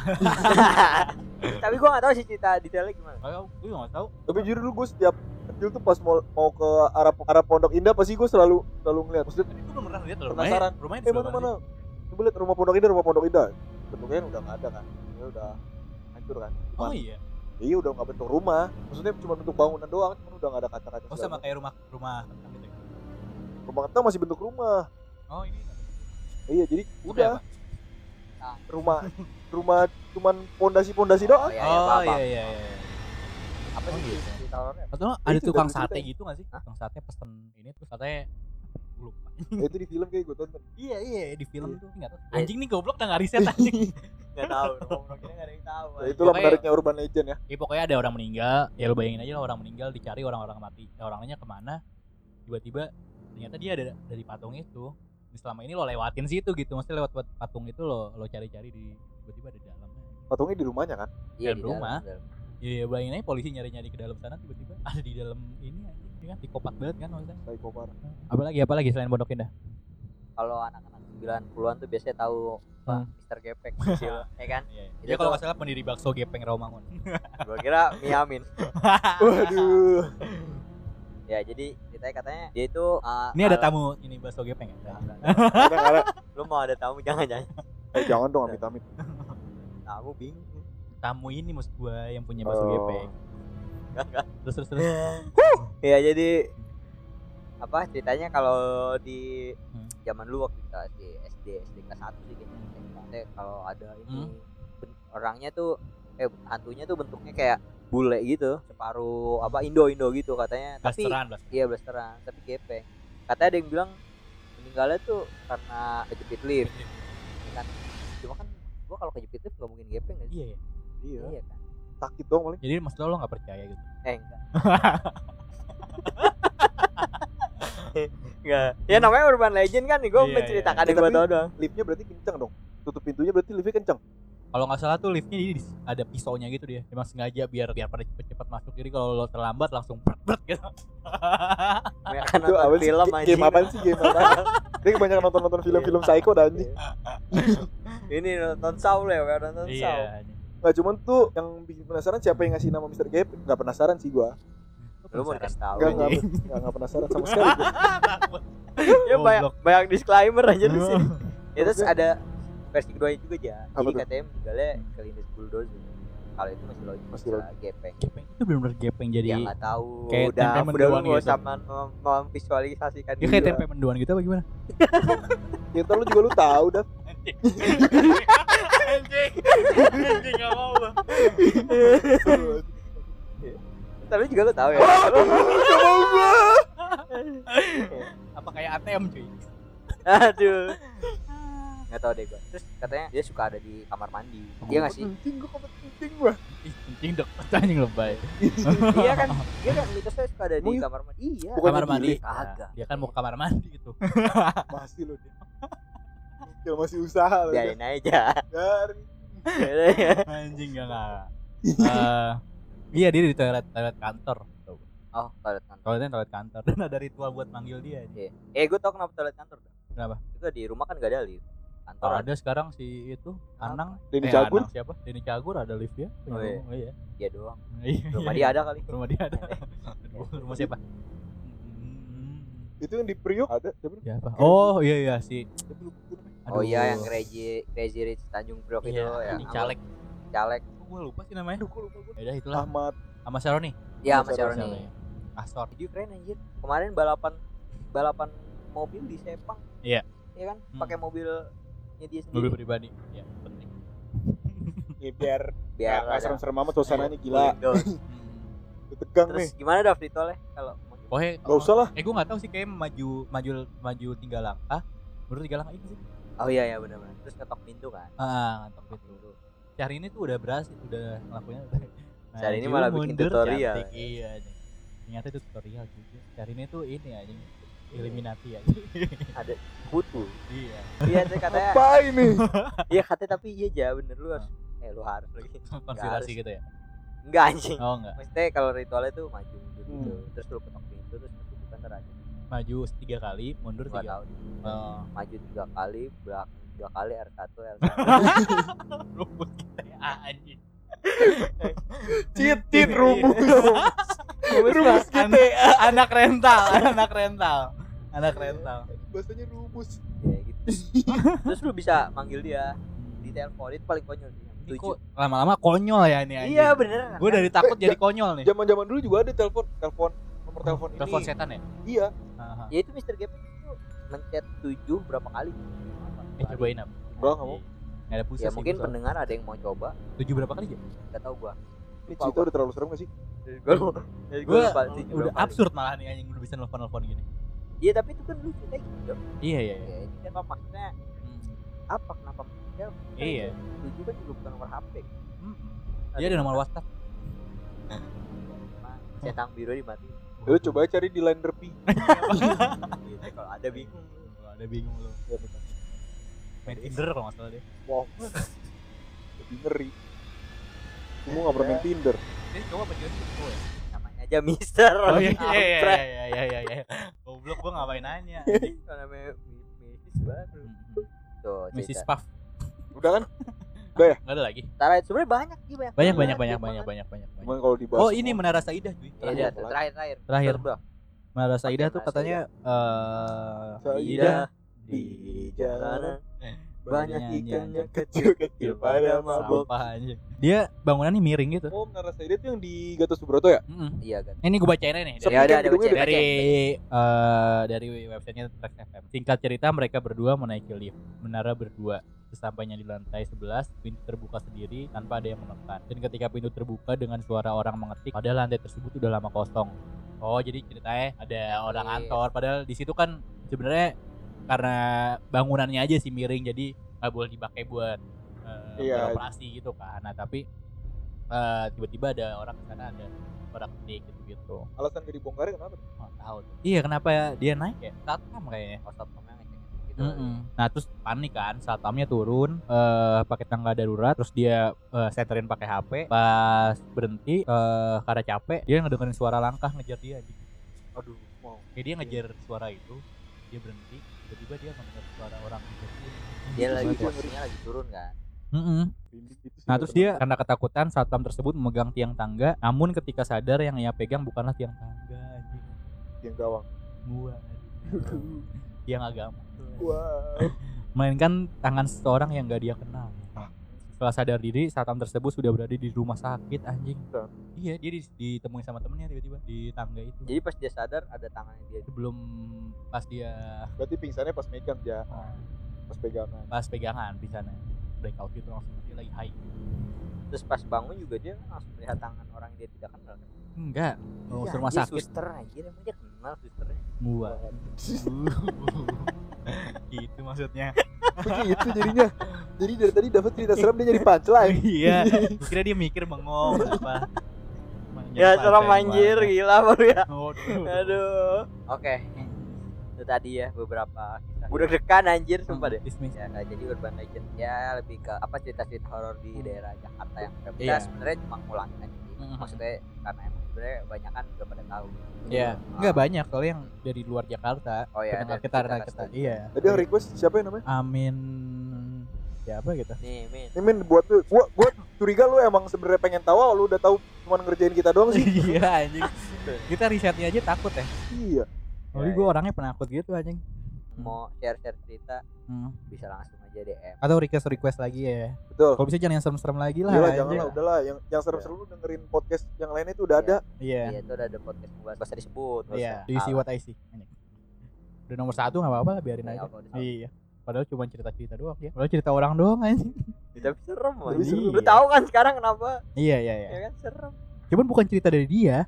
S2: *laughs* tapi gua nggak tahu sih cerita detailnya gimana
S3: Kalau gue nggak tahu.
S4: tapi jujur dulu gue setiap kecil tuh pas mau mau ke arah arah pondok indah pasti gue selalu selalu ngeliat maksudnya
S3: Tapi gue belum pernah lihat loh.
S4: Penasaran.
S3: Rumahnya, rumahnya
S4: eh
S3: di
S4: mana
S3: sebelah
S4: mana coba lihat rumah pondok indah rumah pondok indah bentuknya udah nggak ada kan ya udah hancur kan
S3: sih?
S4: Cuman-
S3: Oh iya.
S4: iya udah nggak bentuk rumah maksudnya cuma bentuk bangunan doang cuma udah nggak ada kaca-kaca
S3: Oh
S4: segala
S3: sama kayak rumah rumah kentang gitu. ya?
S4: macam. rumah kita masih bentuk rumah
S3: Oh ini.
S4: iya jadi
S3: Bentuknya
S4: udah rumah rumah cuman pondasi-pondasi
S3: *laughs*
S4: doang.
S2: ya, iya. ya,
S3: Oh
S2: apa,
S3: iya
S2: apa.
S3: iya iya.
S2: apa
S3: Oh,
S2: sih
S3: gitu.
S2: cerita horornya
S3: Atau ada
S4: Itu
S3: tukang
S4: dari
S3: sate
S4: ceritanya.
S3: gitu nggak sih?
S2: Hah?
S3: Tukang sate pesen ini terus katanya Gua lupa.
S4: Nah, itu di film kayak gue tonton.
S3: Iya iya di film tuh enggak tahu.
S2: Iya.
S3: Anjing nih goblok udah nggak riset anjing.
S2: nggak *laughs* tahu ngomong kita nggak ada yang tahu
S4: Ya, itulah
S3: Pokoknya-
S4: menariknya urban legend ya.
S3: *laughs* Ya pokoknya ada orang meninggal, ya lu bayangin aja lah orang meninggal dicari orang-orang mati. Ya, orangnya kemana? Tiba-tiba ternyata dia ada dari patung itu. Ini Selama ini lo lewatin situ gitu, maksudnya lewat patung itu lo lo cari-cari di tiba-tiba ada di dalamnya.
S4: Patungnya di rumahnya kan.
S2: iya
S3: Dalam
S2: di dalam,
S3: rumah.
S2: dalam.
S3: Iya, ya, bayangin aja polisi nyari-nyari ke dalam sana tiba-tiba ada di dalam ini anjing, ya kan psikopat banget kan maksudnya. *laughs*
S4: Psikopat.
S3: Apalagi apalagi selain Pondok Indah?
S2: kalau anak-anak 90-an tuh biasanya tahu lupa
S3: Hmm.
S2: Mister Gepeng
S3: *laughs*
S2: kecil ya kan
S3: Iya. iya.
S2: Itu
S3: Dia kalau
S2: tuh-
S3: nggak salah pendiri bakso gepeng Rawamangun.
S2: gua kira miamin
S4: Waduh.
S2: *laughs* ya jadi ceritanya katanya dia itu uh,
S3: Ini ada
S2: al-
S3: tamu ini bakso gepeng ya.
S4: Ada nggak ada?
S2: *laughs* lu mau ada tamu jangan jangan
S4: Eh, jangan dong amit-amit.
S2: tamu bingung
S3: Tamu ini maksud gua yang punya bakso
S4: Oh.
S3: gepeng.
S2: Nggak, nggak.
S3: Terus terus terus.
S2: ya jadi apa ceritanya kalau di
S3: Hmm.
S2: zaman lu waktu kita di SD SD kelas 1 sih kayaknya Maksudnya kalau ada ini
S3: Hmm.
S2: ben- orangnya tuh eh hantunya tuh bentuknya kayak bule gitu separuh apa Indo Indo gitu katanya tapi
S3: Blasteran, blasteran.
S2: iya blasteran tapi gepeng katanya ada yang bilang meninggalnya tuh karena kejepit lift kan cuma kan gua kalau kejepit lift nggak mungkin gepeng nggak sih?
S3: Iya, iya.
S4: Iya.
S2: kan
S4: Sakit dong paling.
S3: Jadi maksud lo lo nggak percaya gitu.
S2: eh enggak Enggak. Ya namanya urban legend kan nih, gue
S3: Iya,
S2: menceritakan
S4: iya.
S2: yang gue
S4: Tapi-
S2: tau doang.
S4: Liftnya berarti kenceng dong. Tutup pintunya berarti liftnya kenceng.
S3: Kalau nggak salah tuh liftnya jadi dis- ada pisaunya gitu dia. Emang sengaja biar biar pada cepet-cepet masuk. Jadi kalau lo terlambat langsung pret pret gitu.
S2: Ya kan
S4: Itu apa
S2: nonton
S4: sih?
S2: film
S4: Game-
S2: anjing. Iya.
S4: Game apaan sih? Game
S2: *laughs*
S4: apaan? Dia kebanyakan nonton-nonton film-film psycho dan anjing.
S2: Ini nonton Saul ya, kayak nonton Saul.
S3: Iya.
S4: Nggak cuman tuh yang bikin penasaran siapa yang ngasih nama Mr. Gap? Nggak penasaran sih gua.
S2: Lu mau kasih tau.
S4: Nggak, nggak, nggak, nggak penasaran sama sekali. gua.
S2: Ya banyak
S3: Goblok.
S2: banyak disclaimer aja di sini.
S3: Iya.
S2: Ya terus ada versi kedua juga aja.
S4: Apa
S2: Jadi
S4: tuh?
S2: katanya meninggalnya kelindes bulldozer. Kalau itu masih logis,
S4: Masih
S2: masih gepeng.
S3: Gepeng itu benar-benar gepeng jadi.
S2: Ya nggak tahu.
S3: Kayak
S2: udah, udah
S3: tempe
S2: lu
S3: mendoan
S2: nggak
S3: gitu.
S2: usah mem- mem- memvisualisasikan.
S3: Dia kayak
S2: diri.
S3: tempe mendoan gitu apa gimana?
S4: Ya ntar lu juga lu tahu
S2: *laughs*
S4: dah.
S3: Anjing. Anjing enggak mau lo.
S2: Iya Tapi juga lu tahu ya.
S4: *laughs*
S3: Apa kayak ATM cuy?
S4: *laughs*
S2: Aduh. Nggak tahu deh gua. Terus katanya dia suka ada di kamar mandi. Iya nggak
S4: *laughs*
S2: sih?
S4: Penting gua kok penting gua.
S3: Ih, anjing dok, anjing lebay.
S2: iya kan? Dia kan mitosnya suka ada di
S4: Bukan-
S2: kamar mandi. Iya.
S4: Bukan
S3: kamar mandi.
S2: diri. Kagak.
S3: Dia kan mau ke kamar mandi gitu.
S4: Masih lu dia. Ya masih usaha lu. dia.
S2: Biarin
S4: *laughs*
S2: aja.
S4: Dari.
S3: Anjing enggak enggak. Eh, iya dia di toilet toilet kantor.
S2: oh, toilet kantor.
S3: Toiletnya toilet kantor *laughs* dan ada ritual buat manggil dia.
S2: Iya. Eh, gue tau kenapa toilet kantor. dah.
S3: Kenapa?
S2: Itu di rumah kan gak ada lift. Kantor
S3: Oh,
S2: ada.
S3: ada sekarang si itu Anang
S4: Denny
S3: Eh,
S4: Cagur.
S3: Anang siapa? Denny Cagur ada lift ya? Punya
S2: Oh, iya.
S3: rumah, iya. *laughs*
S2: Dia doang.
S3: Iya,
S2: Rumah
S3: iya.
S2: dia ada kali.
S3: Rumah
S2: *laughs*
S3: dia ada. Aduh, rumah siapa? Hmm,
S4: Itu yang di Priok ada. Siapa?
S3: Siapa? Oh iya iya si.
S4: Siapa lu?
S2: Oh iya yang
S3: Aduh.
S2: Crazy Crazy Rich Tanjung Priok itu
S3: Iya,
S2: ya.
S3: yang caleg.
S2: Caleg.
S3: Kok Gua lupa sih namanya.
S4: Aduh, gua lupa gua.
S3: Ya udah itulah
S4: Ahmad.
S3: sama Saroni.
S2: Iya, Mas
S4: Mas Saroni.
S2: Aroni.
S3: Asor.
S2: Jadi keren anjir. Kemarin balapan balapan mobil di Sepang.
S3: Iya.
S2: Iya kan?
S3: Hmm.
S2: Pakai mobilnya dia sendiri.
S3: Mobil pribadi. Ya, penting.
S4: Ya biar
S2: Biar
S4: nggak
S2: ada-
S4: serem-serem amat suasananya
S2: Iya,
S4: gila.
S3: *laughs*
S2: Windows. Hmm.
S4: Lu Tegang nih.
S2: Terus gimana dah ritualnya kalau mau nyoba?
S3: Pokoknya
S4: Gak usah lah.
S3: Eh gue gak tahu sih kayak maju maju maju tiga langkah baru tiga langkah itu sih.
S2: Oh iya iya benar-benar. Terus ketok pintu kan.
S3: Ah ngantuk gitu. Cari ini tuh udah berhasil udah ngelakuinnya. *laughs* udah. Nah,
S2: Cari ini
S3: jadi
S2: malah
S3: lu
S2: bikin
S3: mundur,
S2: tutorial.
S3: cantik. Iya. anjing. Ternyata itu tutorial juga. Cari ini tuh ini aja Illuminati aja.
S2: Ada kutu.
S3: *laughs* iya.
S2: Iya terus katanya
S3: *laughs*
S4: Apa ini?
S2: Iya katanya tapi iya aja bener lu harus
S3: Hmm.
S2: eh lu harus lagi.
S3: Konspirasi
S2: harus.
S3: gitu ya.
S2: Enggak anjing.
S3: Oh enggak.
S2: Maksudnya kalau ritualnya tuh maju mundur
S4: Hmm.
S2: gitu. Terus lu ketok pintu terus lu bukan terakhir.
S3: Maju tiga kali, mundur
S2: Gua
S3: tiga.
S2: tahu.
S3: Oh, *laughs*
S2: Maju tiga kali, belakang tiga kali R1 R1.
S3: rumput kita ya anjing.
S2: *laughs*
S4: Cheat, cheat, rumus.
S3: Rumus GTA anak rental, anak rental. Anak rental.
S4: Bahasanya rumus.
S2: ya gitu.
S3: *laughs*
S2: terus lu bisa manggil dia di telepon itu paling konyol sih. yang
S3: Ini
S2: Tujuh.
S3: kok lama-lama konyol ya ini anjing.
S2: Iya bener.
S3: Gue dari takut jadi konyol nih.
S4: Zaman-zaman dulu juga ada telepon, telepon nomor telepon ini.
S3: Telepon setan ya?
S4: Iya.
S3: Aha.
S2: Ya itu Mr. Gap itu mencet tujuh berapa kali?
S3: Eh cobain apa?
S4: Gua nggak mau.
S3: Nggak ada pusat
S2: Ya mungkin pendengar ada yang mau coba,
S3: Tujuh berapa kali ya?
S2: enggak tahu gua.
S4: Ini cerita udah terlalu serem gak sih?
S2: Gua lupa.
S3: Gue
S2: Gua lupa tujuh
S3: udah
S2: berapa kali.
S3: absurd malah nih anjing udah bisa nelfon-nelfon gini.
S2: Iya tapi itu kan lucu kayak gitu.
S3: Iya iya iya.
S2: Ya ini kan apa maksudnya apa kenapa ya,
S3: Iya.
S2: tujuh kan juga bukan nomor HP.
S3: Hmm. Dia ada nomor WhatsApp.
S2: Nah, Centang biru
S3: *laughs*
S2: dimatiin.
S4: Ya, lu coba aja cari di line derby.
S2: Gitu, Kalau ada bingung.
S3: Wah, Ada bingung lu.
S4: Ya, betul.
S3: Main Tinder kalau nggak salah deh.
S4: Wow. Lebih ngeri. Kamu nggak pernah main Tinder.
S3: Dia cowok apa cewek sih? Cowok ya?
S2: Namanya aja Mister.
S3: Oh iya iya iya
S2: Kampret.
S3: iya iya iya iya. Goblok gue ngapain nanya.
S2: Kalau namanya Mrs. baru.
S3: Hmm.
S2: Tuh, cerita.
S3: Mrs. Puff.
S4: Udah kan?
S3: Nggak ada lagi.
S2: Tara itu sebenarnya banyak sih banyak.
S3: Banyak
S2: banget. Banyak
S3: banyak banyak banyak
S2: banget.
S3: banyak banyak. banyak.
S4: Cuman kalau dibahas
S3: Oh
S4: semua-
S3: ini Menara Saidah cuy.
S2: Iya,
S4: Terakhir,
S2: iya, tuh, terakhir terakhir.
S3: Terakhir.
S2: Bro.
S3: Menara Saidah tuh
S2: Menara
S3: katanya eh
S5: Iya,
S4: Saidah
S3: di
S4: di
S2: Jalanan Iya, banyak
S3: Eh, Banyak Iya,
S2: ikan
S3: anjing.
S2: yang
S3: *laughs*
S2: kecil-kecil pada mabuk.
S3: sampah anjing. Dia bangunannya miring gitu.
S4: Oh, Menara Saidat itu yang di Gatot Subroto ya?
S3: Mm-mm.
S2: Iya kan.
S3: Ini gue bacain aja nih.
S2: Iya, ada ada
S4: gedungnya
S2: baca
S3: dari eh, dari websitenya Trax FM. Singkat cerita mereka berdua menaiki lift menara berdua. Sesampainya di lantai 11, pintu terbuka sendiri tanpa ada yang menekan. Dan ketika pintu terbuka dengan suara orang mengetik, padahal lantai tersebut udah lama kosong. Oh, jadi ceritanya ada orang
S2: Iya.
S3: kantor. Padahal di situ kan sebenarnya karena bangunannya aja sih miring, jadi nggak boleh dipakai buat eh,
S4: Iya.
S3: beroperasi gitu kan. Nah, tapi eh, tiba-tiba ada orang di sana ada orang ketik gitu-gitu.
S4: Alasan gak dibongkarin kenapa?
S3: Nggak tahu tuh. Iya kenapa ya dia naik ya? Satpam kayaknya.
S2: Ustaz Tomeng gitu.
S3: Mm-mm. Nah terus panik kan, satpamnya turun eh pakai tangga darurat, terus dia eh, senterin pakai HP. Pas berhenti eh karena capek, dia ngedengerin suara langkah ngejar dia. anjing.
S4: Aduh, mau.
S3: Jadi dia ngejar suara itu, dia berhenti, tiba-tiba dia ngedengar suara orang ngejar dia.
S2: Dia
S3: Anjing,
S2: lagi
S3: banget ya.
S2: posisinya lagi turun kan.
S3: Mm-mm.
S4: Rindis gitu sih
S3: Nah terus dia karena ketakutan satpam tersebut memegang tiang tangga, namun ketika sadar yang ia pegang bukanlah tiang tangga, anjing.
S4: yang gawang.
S3: gua,
S4: *laughs*
S3: anjing. tiang agama.
S4: Wow.
S3: melainkan tangan seseorang yang gak dia kenal.
S2: Ah.
S3: Setelah sadar diri, Satam tersebut sudah berada di rumah sakit anjing.
S4: Betul.
S3: Iya, dia dis- ditemui sama temennya tiba-tiba di tangga itu.
S2: Jadi pas dia sadar ada tangannya dia.
S3: Sebelum pas dia
S4: Berarti pingsannya pas megang ya,
S3: eh,
S4: pas pegangan.
S3: pas pegangan di sana breakout gitu langsung dia lagi high.
S2: Terus pas bangun juga dia langsung melihat tangan orang yang dia tidak kenal. kan.
S3: Enggak,
S2: Iya,
S3: mau ke rumah
S2: dia
S3: Oh, sakit
S2: Suster anjir emang dia kenal susternya. *laughs*
S3: gua. gitu maksudnya.
S4: Begitu jadinya. Jadi dari tadi dapat cerita seram dia jadi punchline.
S3: iya, gua kira dia mikir bengong apa.
S5: Ya serem anjir
S2: gitu.
S5: gila baru ya.
S3: Aduh.
S5: Aduh.
S2: Oke. Itu tadi ya beberapa kisah. Udah dekan anjir sumpah deh.
S3: Dismiss.
S2: Ya, nah, jadi urban legend ya lebih ke apa cerita-cerita horor di daerah Jakarta yang kita
S3: Hmm. Iya.
S2: sebenarnya cuma ngulang aja sih.
S3: Mhm.
S2: Maksudnya karena emang sebenarnya banyak kan udah pada tahu.
S3: Iya,
S2: Ah,
S3: enggak banyak kalau yang dari luar Jakarta.
S2: Oh iya,
S3: pendengar
S2: dari
S3: kita,
S2: Jakarta
S3: kita, kita,
S2: sendiri.
S3: iya.
S4: Tadi yang request siapa yang namanya?
S3: Amin siapa gitu?
S2: Nih, Min.
S4: Ini men buat lu, gua, gua curiga lu emang sebenarnya pengen tahu lu udah tahu cuma ngerjain kita doang
S3: *laughs*
S4: sih.
S3: iya anjing. Kita risetnya aja takut ya.
S4: iya.
S3: Tapi
S2: Iya,
S3: gue
S2: iya.
S3: orangnya penakut gitu anjing.
S2: mau share-share cerita
S3: Hmm.
S2: bisa langsung aja DM.
S3: Atau request request lagi ya.
S4: Betul.
S3: Kalau bisa jangan yang serem-serem lagi Oh, lah.
S4: Gila,
S3: anjing.
S4: Iya, jangan lah, udahlah. Yang yang serem-serem lu dengerin podcast yang lainnya itu udah
S2: Iya.
S4: ada.
S3: Iya.
S2: Iya, itu udah ada podcast gue. Gak usah disebut. nggak
S3: Iya.
S2: usah.
S3: Do you see what I see? Anjing. Udah nomor satu nggak apa-apa lah biarin
S2: Iya,
S3: aja.
S2: kalau udah
S3: Iya. Padahal cuma cerita-cerita doang ya. Padahal cerita orang doang anjing.
S2: tahu. Tapi serem
S4: Tapi
S2: anjing.
S4: serem.
S2: Lu tahu kan sekarang kenapa?
S3: Iya iya
S2: Ya
S3: iya.
S2: kan serem.
S3: Cuman bukan cerita dari dia.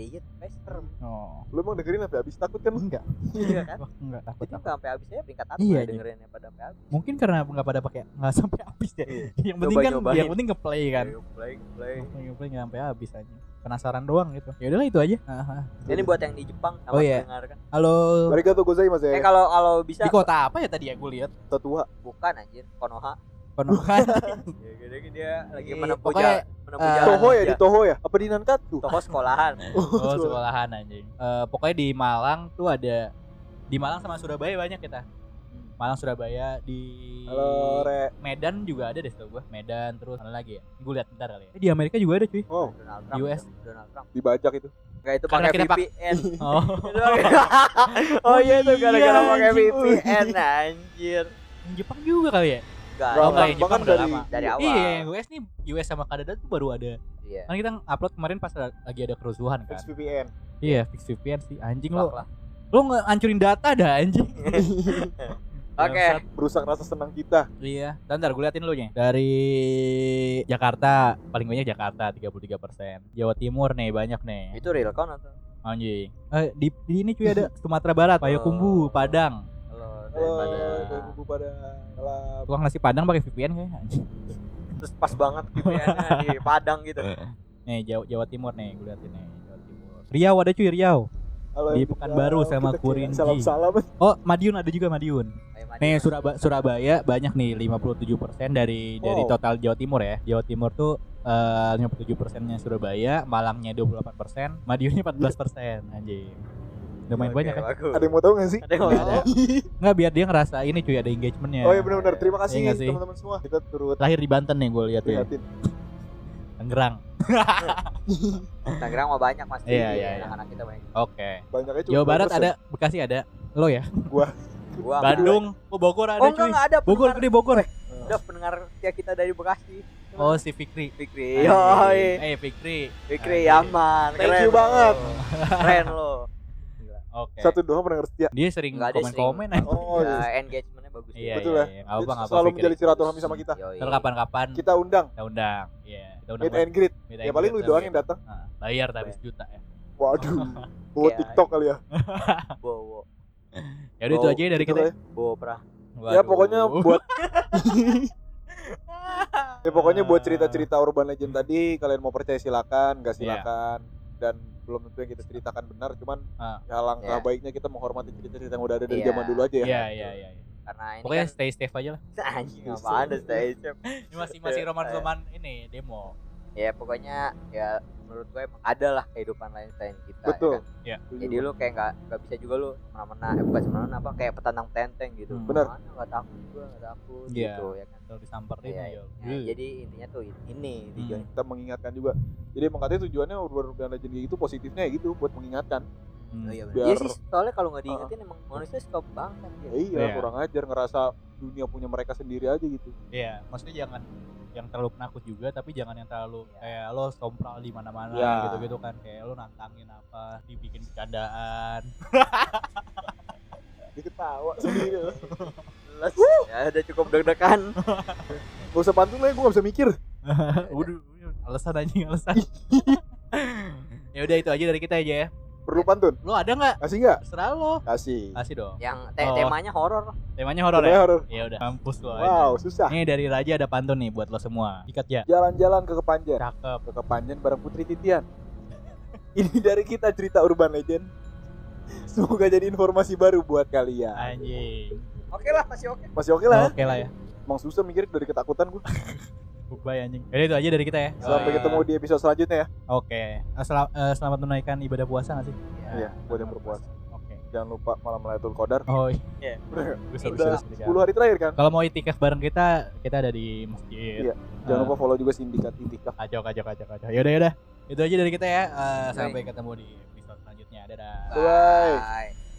S2: Ya, Iya, tapi serem.
S3: Oh.
S4: Lu emang dengerin sampai habis takut kan? lu?
S3: Enggak.
S2: Iya kan?
S3: Wah, Enggak takut.
S2: Jadi
S3: takut.
S2: nggak sampai habisnya peringkat satu
S3: Iya,
S2: ya
S3: iya.
S2: dengerinnya pada sampai habis.
S3: mungkin karena nggak pada pakai nggak *laughs* sampai habis ya yang penting kan
S2: Coba-cobain.
S3: yang penting ngeplay kan
S2: Ayo, play, play.
S3: yang penting nggak sampai habis aja penasaran doang gitu ya udahlah itu aja Aha.
S2: Ini buat yang di Jepang sama
S3: Oh, iya.
S2: mendengarkan.
S3: halo
S4: Arigato gozaimasu
S2: Eh
S4: ya.
S2: kalau kalau bisa
S3: di kota apa ya tadi ya gue lihat
S4: Tatua.
S2: bukan anjir, Konoha.
S3: Konoha
S2: Ya gede dia lagi
S3: Iya,
S2: menempuh
S3: pokoknya,
S2: jalan, menempuh
S3: eh,
S2: jalan.
S4: Toho ya di
S2: aja.
S4: Toho ya. Apa di Nankatsu? *laughs*
S2: Iya, Toho *laughs* sekolahan.
S3: oh sekolahan anjing Eh, pokoknya di Malang tuh ada di Malang sama Surabaya banyak kita Malang Surabaya di
S4: Halo, Re.
S3: Medan juga ada deh setahu gua Medan terus mana lagi ya gue lihat ntar kali ya di Amerika juga ada
S4: *laughs*
S3: cuy
S4: Oh,
S2: Donald Trump.
S3: US.
S2: Donald Trump.
S4: dibajak itu.
S2: Enggak itu
S3: Karena
S2: pakai
S3: kita pak- *laughs*
S2: VPN. *laughs*
S3: oh
S2: Itu pakai- oh iya itu gara-gara
S3: Iya,
S2: pakai
S3: anjing. Oh, iya.
S2: VPN anjir.
S3: yang Jepang juga kali ya
S2: Enggak.
S3: Oh,
S2: Jepang
S3: yang Jepang
S4: bahkan
S3: udah
S4: dari-
S3: lama
S2: dari awal.
S3: iya yang US nih US sama Kanada tuh baru ada
S2: Iya.
S3: kan kita upload kemarin pas lagi ada kerusuhan kan
S4: XVPN.
S3: Iya, fix VPN sih. Anjing
S2: Fuck
S3: lo.
S2: lah.
S3: Lo ngancurin data dah anjing.
S2: Oke.
S3: Bangsat.
S4: Berusak rasa senang kita.
S3: Iya. Ntar, ntar gue liatin lo nya. Dari Jakarta, paling banyak Jakarta 33%. Jawa Timur nih banyak nih.
S2: Itu real count atau?
S3: Anjing. Eh, di, di ini cuy ada Sumatera Barat, Payakumbu, Padang.
S2: Halo
S4: Halo, dari
S2: daripada
S4: kubu pada Alam.
S3: Tukang nasi Padang pakai VPN kayaknya anjing.
S2: terus pas banget VPN-nya di Padang gitu.
S3: Nih Jawa, Jawa Timur nih gue liatin nih. Jawa Timur. Riau ada cuy Riau.
S4: Halo,
S3: Di
S4: yang
S3: Pekanbaru
S4: kita-
S3: sama
S4: kita-
S3: Kurinji.
S4: Salam-salam.
S3: Oh, Madiun ada juga Madiun.
S2: Ayo, mandi.
S3: Nih Surabaya, Surabaya banyak nih 57% dari dari
S4: Wow.
S3: total Jawa Timur ya. Jawa Timur tuh eh, 57%-nya Surabaya, Malangnya 28%, Madiunnya 14% anjing. Udah main banyak kan?
S2: Bagus.
S4: Ada yang mau tahu gak sih?
S5: Ada yang
S3: Nggak
S5: mau
S3: ada. Nggak biar dia ngerasa ini cuy ada engagementnya.
S4: Oh iya benar-benar terima kasih
S3: Iya nggak sih?
S4: teman-teman semua. Kita turut
S3: Terakhir di Banten nih gue lihat tuh. ya.
S4: prihatin.
S2: Iya.
S4: Iya.
S3: Tangerang.
S2: Tangerang mah banyak pasti.
S3: Iya, iya, iya.
S2: Anak-anak kita banyak.
S3: Oke.
S4: Banyaknya cuma
S3: Jawa Barat
S4: 2%.
S3: ada, Bekasi ada, lo ya.
S2: Gua sama-
S3: Bandung, oh Bogor ada
S2: Oh enggak
S3: cuy.
S2: enggak ada.
S3: Bogor
S2: pendengar-
S3: gede Bogor. ya?
S2: Ada pendengar setia Ya, kita dari Bekasi.
S3: Oh si Fikri.
S4: Iya,
S2: Fikri. Yoi.
S3: Eh Fikri.
S2: Fikri
S3: Aduh.
S2: aman.
S4: Thank
S2: Keren
S4: you
S2: lo.
S4: banget.
S2: Keren lo.
S3: Oke.
S4: Satu doang pendengar setia.
S3: Dia sering
S2: Nggak ada sering.
S3: komen-komen aja.
S4: Oh,
S2: Ya,
S4: iya.
S2: engagementnya bagus.
S3: Iya,
S4: Betul
S3: iya,
S4: ya.
S3: iya. Nggak apa
S4: Dia
S3: nggak apa
S4: selalu
S3: Fikri.
S4: menjadi silaturahmi sama kita.
S2: Yoi.
S3: Ntar kapan-kapan kita
S4: Kita undang
S3: undang. Iya, kita undang.
S4: meet
S3: buat
S4: and greet.
S3: meet
S4: Ya
S3: and
S4: paling
S3: greet
S4: lu
S3: dan
S4: doang yang
S3: gitu.
S4: datang.
S3: Nah, bayar tapi sejuta ya. *laughs*
S4: Waduh. Buat
S2: Iya.
S4: TikTok kali ya.
S2: Bowo.
S3: Ya udah itu
S4: Wow,
S3: aja dari
S4: gitu
S3: kita.
S4: lah
S2: Bowo pra.
S4: Ya Ya,
S3: *laughs*
S4: pokoknya
S2: *laughs*
S3: Waduh.
S4: buat Ya pokoknya buat cerita-cerita urban legend tadi kalian mau percaya silakan, nggak
S3: Iya.
S4: silakan dan belum tentu yang kita ceritakan benar, cuman
S3: Ah.
S4: ya langkah
S2: Iya.
S4: baiknya kita menghormati cerita-cerita yang udah ada dari
S2: Iya.
S4: zaman dulu aja ya.
S3: Iya, iya, iya. iya.
S2: Karena ini
S3: Pokoknya
S2: kan
S3: stay safe aja lah.
S2: *laughs* anjing apaan ada stay safe.
S3: Ini masih masih roman-roman ini demo.
S2: Ya pokoknya ya menurut gue emang ada lah kehidupan lain selain kita. ya
S4: Betul.
S2: kan?
S4: Setuju.
S2: Jadi lu kayak nggak nggak bisa juga lu semena-mena, eh, bukan semena-mena apa kayak petantang tenteng gitu.
S3: Hmm.
S4: Benar.
S2: Mana nggak takut gue nggak takut
S3: Iya.
S2: gitu ya kan.
S3: Kalau disamperin
S2: Iya,
S3: ya.
S2: iya. Nah, jadi intinya tuh ini
S4: Hmm.
S2: tujuannya.
S4: kita mengingatkan juga. Jadi emang katanya tujuannya urban urban legend kayak gitu positifnya ya gitu buat mengingatkan.
S3: Hmm.
S2: Oh, iya, benar.
S4: Biar-
S2: Iya sih soalnya kalau nggak diingetin emang manusia suka banget
S4: Ya
S2: gitu.
S4: iya,
S3: Iya.
S4: kurang ajar ngerasa dunia punya mereka sendiri aja gitu.
S3: Iya, maksudnya jangan yang terlalu penakut juga tapi jangan yang terlalu
S2: Iya.
S3: kayak lo sompral di mana-mana
S4: Iya.
S3: gitu-gitu kan kayak lo nantangin apa dibikin bercandaan
S4: Dia ketawa sendiri.
S2: Les. Ya udah cukup
S4: *laughs*
S2: deg-degan.
S4: gak usah pantun lah, gue gak bisa mikir.
S3: udah alasan anjing alasan ya udah itu aja dari kita aja ya
S4: Perlu pantun.
S3: lo ada nggak
S4: Kasih nggak?
S3: terserah lo
S4: Kasih.
S3: kasih dong
S2: Yang te-
S3: Oh.
S2: temanya horor.
S3: temanya horor ya
S4: Sebenarnya horor.
S3: ya udah kampus lo aja.
S4: Wow, susah.
S3: Nih dari Raja ada pantun nih buat lo semua. Ikat ya.
S4: Jalan-jalan ke Kepanjen.
S3: Cakep.
S4: ke Kepanjen bareng Putri
S3: *laughs*
S4: Titian. Ini dari kita cerita Urban Legend. Semoga jadi informasi baru buat kalian.
S3: Anjing.
S2: Oke lah masih oke.
S4: Masih oke
S3: Oke
S4: lah.
S3: lah ya.
S4: Emang susah mikir dari ketakutan gue.
S3: Oh, Goodbye anjing. Jadi itu aja dari kita ya.
S4: Sampai
S3: Eh,
S4: ketemu di episode selanjutnya ya.
S3: Oke. Eh, sel- eh, selamat menunaikan ibadah puasa nggak sih?
S4: Iya, buat yang berpuasa.
S3: Oke.
S4: Jangan lupa malam Lailatul Qadar.
S3: Oh iya.
S4: Udah
S3: Gue seru-
S4: udah
S3: seru-
S4: 10
S3: seru.
S4: hari terakhir kan.
S3: Kalau mau itikaf bareng kita, kita ada di masjid. Eh,
S4: Iya. Jangan lupa follow juga sindikat itikaf.
S3: Kacau, kacau, kacau, kacau. Yaudah, yaudah. Itu aja dari kita ya. Eh, sampai ketemu di episode selanjutnya. Dadah.
S4: Bye.
S2: Bye.